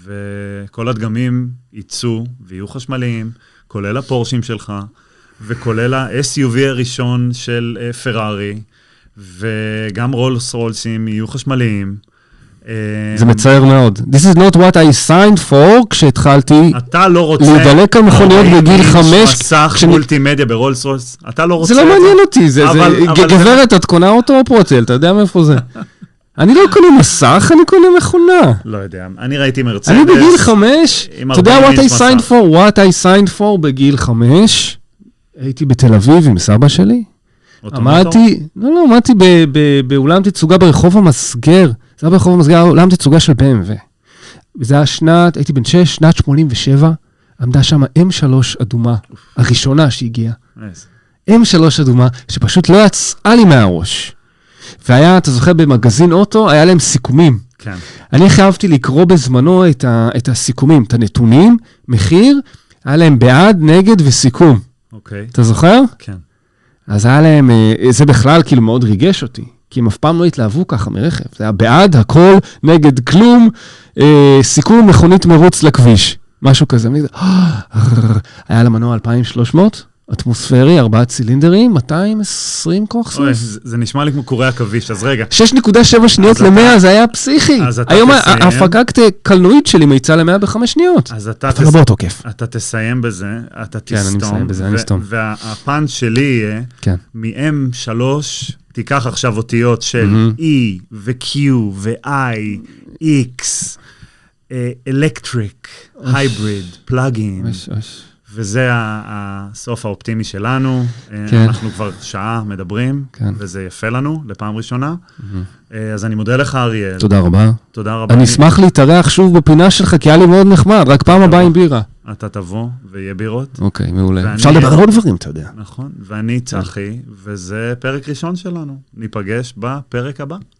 S1: וכל הדגמים יצאו ויהיו חשמליים, כולל הפורשים שלך, וכולל ה-SUV הראשון של אה, פרארי, וגם רולס רולסים יהיו חשמליים. אה,
S2: זה מצער מאוד. This is not what I signed for כשהתחלתי.
S1: אתה לא רוצה...
S2: להידלק על מכוניות בגיל
S1: 40
S2: חמש,
S1: מסך
S2: כשאני-
S1: מולטימדיה ברולס רולס, אתה לא רוצה...
S2: זה לא
S1: את
S2: מעניין אותי, זה,
S1: אבל-
S2: זה,
S1: אבל
S2: ג-
S1: זה-
S2: גברת, את קונה אוטו או פרוצל, אתה יודע מאיפה זה. אני לא קונה מסך, אני קונה מכונה.
S1: לא יודע, אני ראיתי מרצדס.
S2: אני בגיל חמש,
S1: עם
S2: אתה יודע
S1: ארבעים
S2: what
S1: אינץ'
S2: I signed
S1: מסך.
S2: for, what I signed for בגיל חמש, הייתי בתל אביב עם סבא שלי,
S1: אוטומטור?
S2: עמדתי, לא, לא, עמדתי ב- ב- באולם תצוגה ברחוב המסגר. זה היה ברחוב המסגר, אולם תצוגה של BMW. וזה היה שנת, הייתי בן 6, שנת 87, עמדה שם M3 אדומה, הראשונה שהגיעה.
S1: איזה-
S2: M3 אדומה, שפשוט לא יצאה לי מהראש. והיה, אתה זוכר, במגזין אוטו, היה להם סיכומים.
S1: כן,
S2: אני הכי אהבתי לקרוא בזמנו את, ה, את הסיכומים, את הנתונים, מחיר, היה להם בעד, נגד וסיכום.
S1: אוקיי,
S2: אתה זוכר?
S1: כן.
S2: אז היה להם, אה, זה בכלל כאילו מאוד ריגש אותי, כי הם אף פעם לא התלהבו ככה מרכב. זה היה בעד, הכל, נגד כלום, אה, סיכום מכונית מרוץ לכביש, משהו כזה. אני כזה, "אה, היה לה מנוע 2,300, אטמוספרי, ארבעה צילינדרים, 220 כוח
S1: אוי,
S2: סוס.
S1: זה זה נשמע לי כמו קורי עכביש, אז רגע.
S2: 6.7 שניות
S1: אז אתה-
S2: ל-100, זה היה פסיכי.
S1: אז אתה
S2: היום ה-
S1: תסיים.
S2: ההפקת אה, קלנועית שלי מאיצה ל-100 בחמש שניות.
S1: אז אתה,
S2: אתה לא באותו כיף.
S1: אתה תסיים בזה, אתה
S2: כן,
S1: תסתום.
S2: אני מסיים בזה, אני אסתום.
S1: והפאנץ' שלי יהיה,
S2: כן.
S1: מ-M3, תיקח עכשיו אותיות של
S2: מהמם.
S1: E ו-Q ו-I, אה, X, אלקטריק, הייבריד, פלאגין, אוקיי.
S2: אוש, אוש.
S1: וזה ה- הסוף האופטימי שלנו.
S2: כן.
S1: כן. אנחנו כבר שעה מדברים,
S2: כן.
S1: כן. וזה יפה לנו, לפעם ראשונה. אה, אז אני מודה לך, אריאל.
S2: תודה רבה.
S1: תודה רבה.
S2: אני אשמח להתארח שוב בפינה שלך, כי היה לי מאוד נחמד, רק פעם הבאה עם בירה.
S1: אתה תבוא, ויהיה בירות.
S2: אוקיי, מעולה.
S1: ואני-
S2: אפשר לדבר על עוד דברים, אתה יודע.
S1: נכון. ואני צחי, וזה פרק ראשון שלנו. ניפגש בפרק הבא.